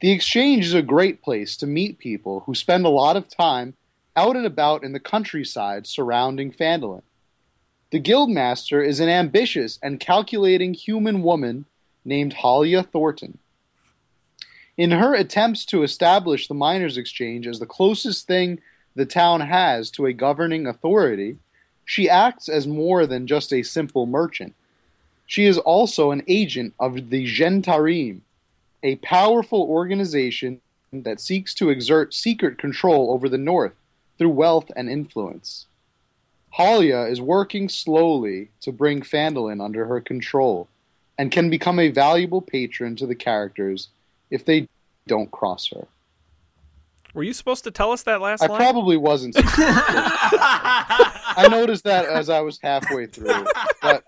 [SPEAKER 3] The exchange is a great place to meet people who spend a lot of time out and about in the countryside surrounding Fandolin. The guildmaster is an ambitious and calculating human woman named Halia Thornton. In her attempts to establish the miners' exchange as the closest thing the town has to a governing authority, she acts as more than just a simple merchant. She is also an agent of the Gentarim, a powerful organization that seeks to exert secret control over the North through wealth and influence. Halia is working slowly to bring Fandolin under her control and can become a valuable patron to the characters if they don't cross her.
[SPEAKER 1] Were you supposed to tell us that last
[SPEAKER 3] I
[SPEAKER 1] line?
[SPEAKER 3] probably wasn't. I noticed that as I was halfway through, but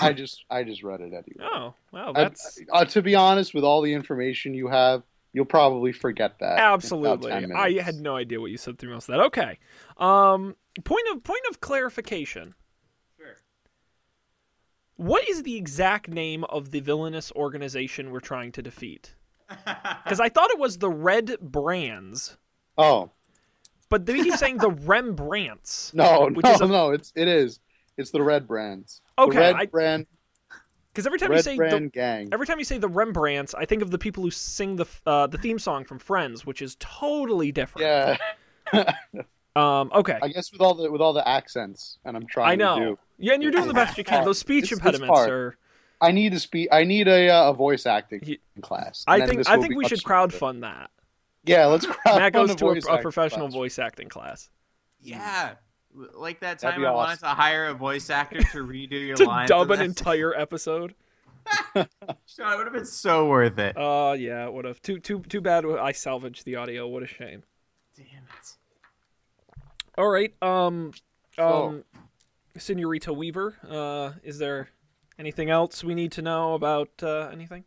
[SPEAKER 3] I just I just read it anyway.
[SPEAKER 1] oh, wow,
[SPEAKER 3] I-
[SPEAKER 1] that's
[SPEAKER 3] uh, to be honest, with all the information you have, you'll probably forget that. in about
[SPEAKER 1] absolutely.
[SPEAKER 3] 10
[SPEAKER 1] I
[SPEAKER 3] minutes.
[SPEAKER 1] had no idea what you said through most of that. Okay. Um point of point of clarification.
[SPEAKER 4] Sure.
[SPEAKER 1] What is the exact name of the villainous organization we're trying to defeat? Cuz I thought it was the Red Brands,
[SPEAKER 3] Oh,
[SPEAKER 1] But maybe he's saying the Rembrandts.
[SPEAKER 3] No,
[SPEAKER 1] Which
[SPEAKER 3] no,
[SPEAKER 1] is a-
[SPEAKER 3] no. It's it is. It's the red brands.
[SPEAKER 1] Okay,
[SPEAKER 3] the red
[SPEAKER 1] I-
[SPEAKER 3] brand,
[SPEAKER 1] Because every time you
[SPEAKER 3] red
[SPEAKER 1] say the,
[SPEAKER 3] brand gang.
[SPEAKER 1] every time you say the Rembrandts, I think of the people who sing the f- uh, the theme song from Friends, which is totally different.
[SPEAKER 3] Yeah,
[SPEAKER 1] Um. Okay.
[SPEAKER 3] I guess with all the with all the accents, and I'm trying
[SPEAKER 1] I know.
[SPEAKER 3] to do.
[SPEAKER 1] Yeah, and you're doing the best you
[SPEAKER 3] <laughs>
[SPEAKER 1] can. Those speech
[SPEAKER 3] It's- it's
[SPEAKER 1] impediments
[SPEAKER 3] hard.
[SPEAKER 1] are.
[SPEAKER 3] I need a speak. I need a uh, a voice acting
[SPEAKER 1] Ye-
[SPEAKER 3] class. and
[SPEAKER 1] I
[SPEAKER 3] then
[SPEAKER 1] think
[SPEAKER 3] this
[SPEAKER 1] I
[SPEAKER 3] will
[SPEAKER 1] think
[SPEAKER 3] be
[SPEAKER 1] we
[SPEAKER 3] much
[SPEAKER 1] should
[SPEAKER 3] cheaper.
[SPEAKER 1] crowdfund that. <laughs>
[SPEAKER 3] Yeah, let's <laughs> crowdfund
[SPEAKER 1] That goes
[SPEAKER 3] a
[SPEAKER 1] to a,
[SPEAKER 3] voice
[SPEAKER 1] a
[SPEAKER 3] acting
[SPEAKER 1] professional
[SPEAKER 3] class.
[SPEAKER 1] voice acting class
[SPEAKER 4] <laughs> Yeah. Like that
[SPEAKER 3] That'd
[SPEAKER 4] time
[SPEAKER 3] be
[SPEAKER 4] I wanted to hire a voice actor to redo
[SPEAKER 1] <laughs>
[SPEAKER 4] your
[SPEAKER 1] to
[SPEAKER 4] lines.
[SPEAKER 1] dub
[SPEAKER 4] and
[SPEAKER 1] an
[SPEAKER 4] that-
[SPEAKER 1] entire episode.
[SPEAKER 4] <laughs> Sean, it would have been so worth it.
[SPEAKER 1] Uh, yeah, it would have. Too too too bad. I salvaged the audio. What a shame.
[SPEAKER 4] Damn it.
[SPEAKER 1] All right. Um, um,
[SPEAKER 3] Oh.
[SPEAKER 1] Senorita Weaver. Uh, is there anything else we need to know about uh, anything?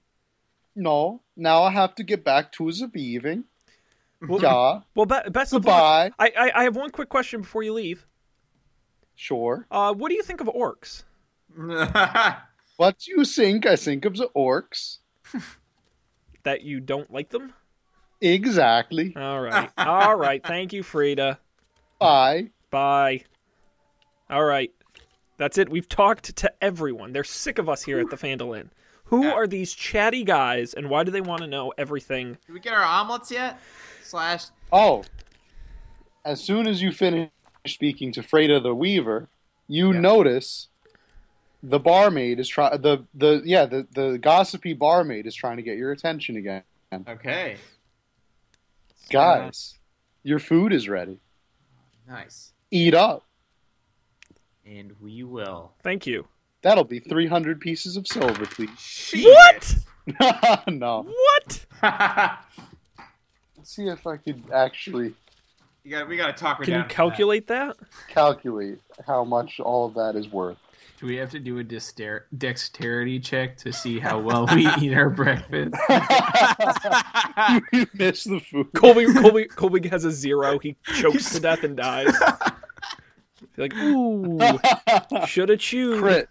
[SPEAKER 3] No, now I have to get back to the
[SPEAKER 1] <laughs>
[SPEAKER 3] weaving.
[SPEAKER 1] Well,
[SPEAKER 3] Yeah,
[SPEAKER 1] well, be- best of luck.
[SPEAKER 3] goodbye.
[SPEAKER 1] I, I I have one quick question before you leave.
[SPEAKER 3] Sure.
[SPEAKER 1] Uh, what do you think of orcs?
[SPEAKER 3] What do you think? I think of the orcs.
[SPEAKER 1] That you don't like them?
[SPEAKER 3] Exactly.
[SPEAKER 1] All
[SPEAKER 3] <laughs>
[SPEAKER 1] right. All right. Thank you, Frida.
[SPEAKER 3] Bye.
[SPEAKER 1] Bye. All right. That's it. We've talked to everyone. They're sick of us here at the Fandle Inn. Who
[SPEAKER 4] Yeah.
[SPEAKER 1] are these chatty guys, and why do they want to know everything?
[SPEAKER 4] <laughs> Did we get our omelets yet? Slash.
[SPEAKER 3] Oh, as soon as you finish speaking to Freda the Weaver, you
[SPEAKER 4] Yeah.
[SPEAKER 3] notice the barmaid is try the the yeah the the gossipy barmaid is trying to get your attention again.
[SPEAKER 4] Okay. Uh,
[SPEAKER 3] Guys, your food is ready.
[SPEAKER 4] Nice.
[SPEAKER 3] Eat up.
[SPEAKER 4] And we will.
[SPEAKER 1] Thank you.
[SPEAKER 3] That'll be three hundred pieces of silver, please. <laughs>
[SPEAKER 1] What?
[SPEAKER 4] <laughs> Oh.
[SPEAKER 3] no.
[SPEAKER 1] What?
[SPEAKER 4] you
[SPEAKER 3] Let's see if I could actually
[SPEAKER 4] got, we got to talk her
[SPEAKER 1] Can
[SPEAKER 4] down.
[SPEAKER 1] you
[SPEAKER 4] for that.
[SPEAKER 1] calculate that?
[SPEAKER 3] calculate how much all of that is worth.
[SPEAKER 2] Do we have to do a dexter- dexterity check to see how well we eat our breakfast?
[SPEAKER 3] <laughs> you missed the food. <laughs>
[SPEAKER 1] Colby, Colby, Colby has a zero.
[SPEAKER 4] <laughs>
[SPEAKER 1] He chokes to death and dies. like, ooh, should have chewed.
[SPEAKER 3] Crit.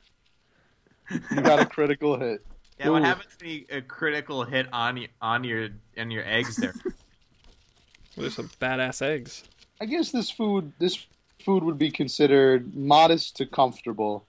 [SPEAKER 3] <laughs> You got a critical hit.
[SPEAKER 4] <laughs> Yeah, what
[SPEAKER 3] Ooh.
[SPEAKER 4] happens when you a critical hit on your on your on your eggs <laughs> there?
[SPEAKER 1] Well, There's some badass eggs.
[SPEAKER 3] I guess this food this food would be considered modest to comfortable.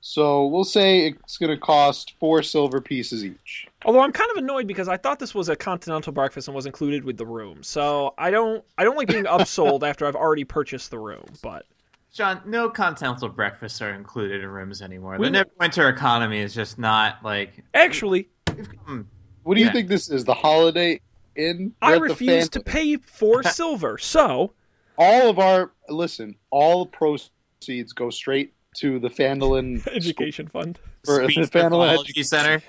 [SPEAKER 3] So we'll say it's gonna cost four silver pieces each.
[SPEAKER 1] Although I'm kind of annoyed because I thought this was a continental breakfast and was included with the room. So I don't, I don't like
[SPEAKER 4] <laughs>
[SPEAKER 1] being upsold after I've already purchased the room. But
[SPEAKER 4] John, no continental breakfasts are included in rooms anymore.
[SPEAKER 1] We-
[SPEAKER 4] the midwinter economy is just not like.
[SPEAKER 1] actually,
[SPEAKER 4] Mm,
[SPEAKER 3] What do you
[SPEAKER 4] Yeah.
[SPEAKER 3] think this is? The holiday inn? We're
[SPEAKER 1] I
[SPEAKER 3] at the
[SPEAKER 1] refuse to
[SPEAKER 3] Phantom.
[SPEAKER 1] pay
[SPEAKER 3] <laughs>
[SPEAKER 1] for silver. So
[SPEAKER 3] All of our listen, all proceeds go straight to
[SPEAKER 1] <laughs>
[SPEAKER 3] the Fandolin
[SPEAKER 1] education fund.
[SPEAKER 3] for the
[SPEAKER 4] speech
[SPEAKER 3] Fandolin
[SPEAKER 4] pathology center.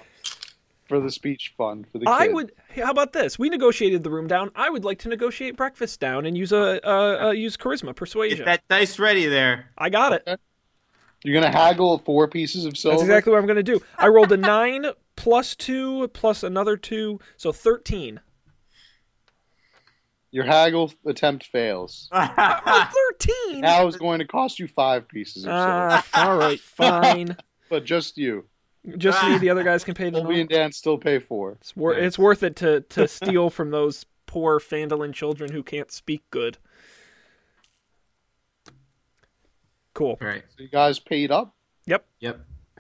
[SPEAKER 3] for the speech fund for the
[SPEAKER 1] I
[SPEAKER 3] kid.
[SPEAKER 1] would. hey, How about this? We negotiated the room down. I would like to negotiate breakfast down and use a uh, uh, use charisma persuasion.
[SPEAKER 4] Get that dice ready there. <laughs>
[SPEAKER 1] I got it.
[SPEAKER 3] You're gonna haggle four pieces of silver.
[SPEAKER 1] That's exactly what I'm gonna do. I rolled a <laughs> nine plus two plus another two, so thirteen.
[SPEAKER 3] Your haggle attempt fails.
[SPEAKER 1] Oh,
[SPEAKER 4] Ah.
[SPEAKER 1] thirteen.
[SPEAKER 3] Now it's going to cost you five pieces of silver,
[SPEAKER 1] Ah, all right,
[SPEAKER 4] <laughs>
[SPEAKER 1] fine.
[SPEAKER 3] but just you.
[SPEAKER 1] Just
[SPEAKER 4] Ah.
[SPEAKER 1] me. The other guys can pay the
[SPEAKER 3] Colby and Dan still pay four.
[SPEAKER 1] It's, wor- it's worth it to to steal from those poor Fandolin children who can't speak good. Cool.
[SPEAKER 2] All right.
[SPEAKER 3] So you guys paid up,
[SPEAKER 2] Yep.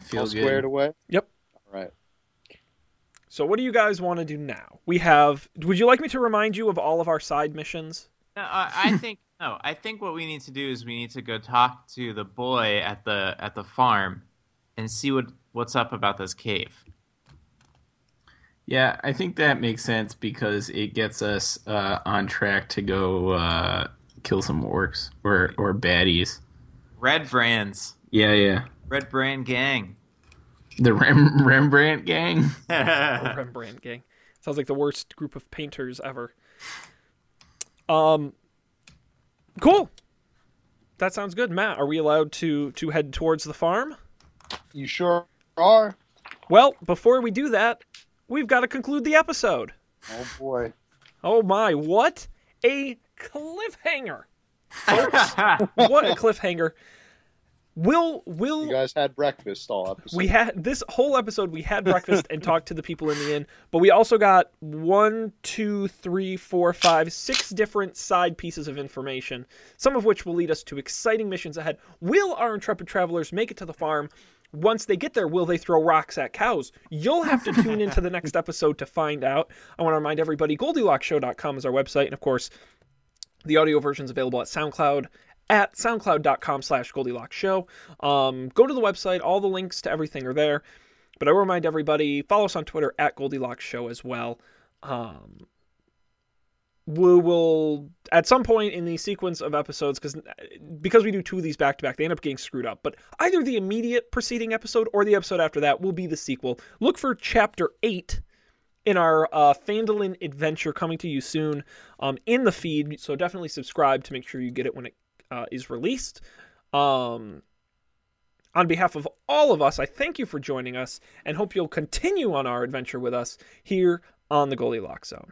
[SPEAKER 2] Feel
[SPEAKER 3] all
[SPEAKER 2] good.
[SPEAKER 3] squared away.
[SPEAKER 1] Yep.
[SPEAKER 3] All right.
[SPEAKER 1] So, what do you guys want to do now? We have. Would you like me to remind you of all of our side missions?
[SPEAKER 4] No, I, <laughs> I think no. I think what we need to do is we need to go talk to the boy at the at the farm, and see what what's up about this cave.
[SPEAKER 2] Yeah, I think that makes sense because it gets us uh, on track to go uh, kill some orcs or or baddies.
[SPEAKER 4] Red brands,
[SPEAKER 2] Yeah, yeah.
[SPEAKER 4] red brand gang. <laughs>
[SPEAKER 2] The Rem- Rembrandt gang.
[SPEAKER 1] Or Rembrandt gang. Sounds like the worst group of painters ever. Um, cool. That sounds good, Matt. Are we allowed to to head towards the farm?
[SPEAKER 3] You sure are.
[SPEAKER 1] Well, before we do that, we've got to conclude the episode.
[SPEAKER 3] Oh boy.
[SPEAKER 1] Oh my, what
[SPEAKER 3] <laughs>
[SPEAKER 1] a cliffhanger! what a cliffhanger. Will will
[SPEAKER 3] You guys had breakfast all episode.
[SPEAKER 1] we had this whole episode we had breakfast and talked to the people in the inn but we also got one two three four five six different side pieces of information some of which will lead us to exciting missions ahead will our intrepid travelers make it to the farm once they get there will they throw rocks at cows you'll have to tune into the
[SPEAKER 3] <laughs>
[SPEAKER 1] next episode to find out i want to remind everybody goldilockshow.com is our website and of course the audio version is available at SoundCloud at soundcloud.com slash Goldilocks show. Um, go to the website. All the links to everything are there. But I will remind everybody, follow us on Twitter at Goldilocks show as well. Um, we will at some point in the sequence of episodes because because we do two of these back to back they end up getting screwed up but either the immediate preceding episode or the episode after that will be the sequel look for chapter 8 in our uh, Fandolin adventure coming to you soon um, in the feed. So definitely subscribe to make sure you get it when it uh, is released. Um, on behalf of all of us, I thank you for joining us and hope you'll continue on our adventure with us here on the Goldilocks Zone.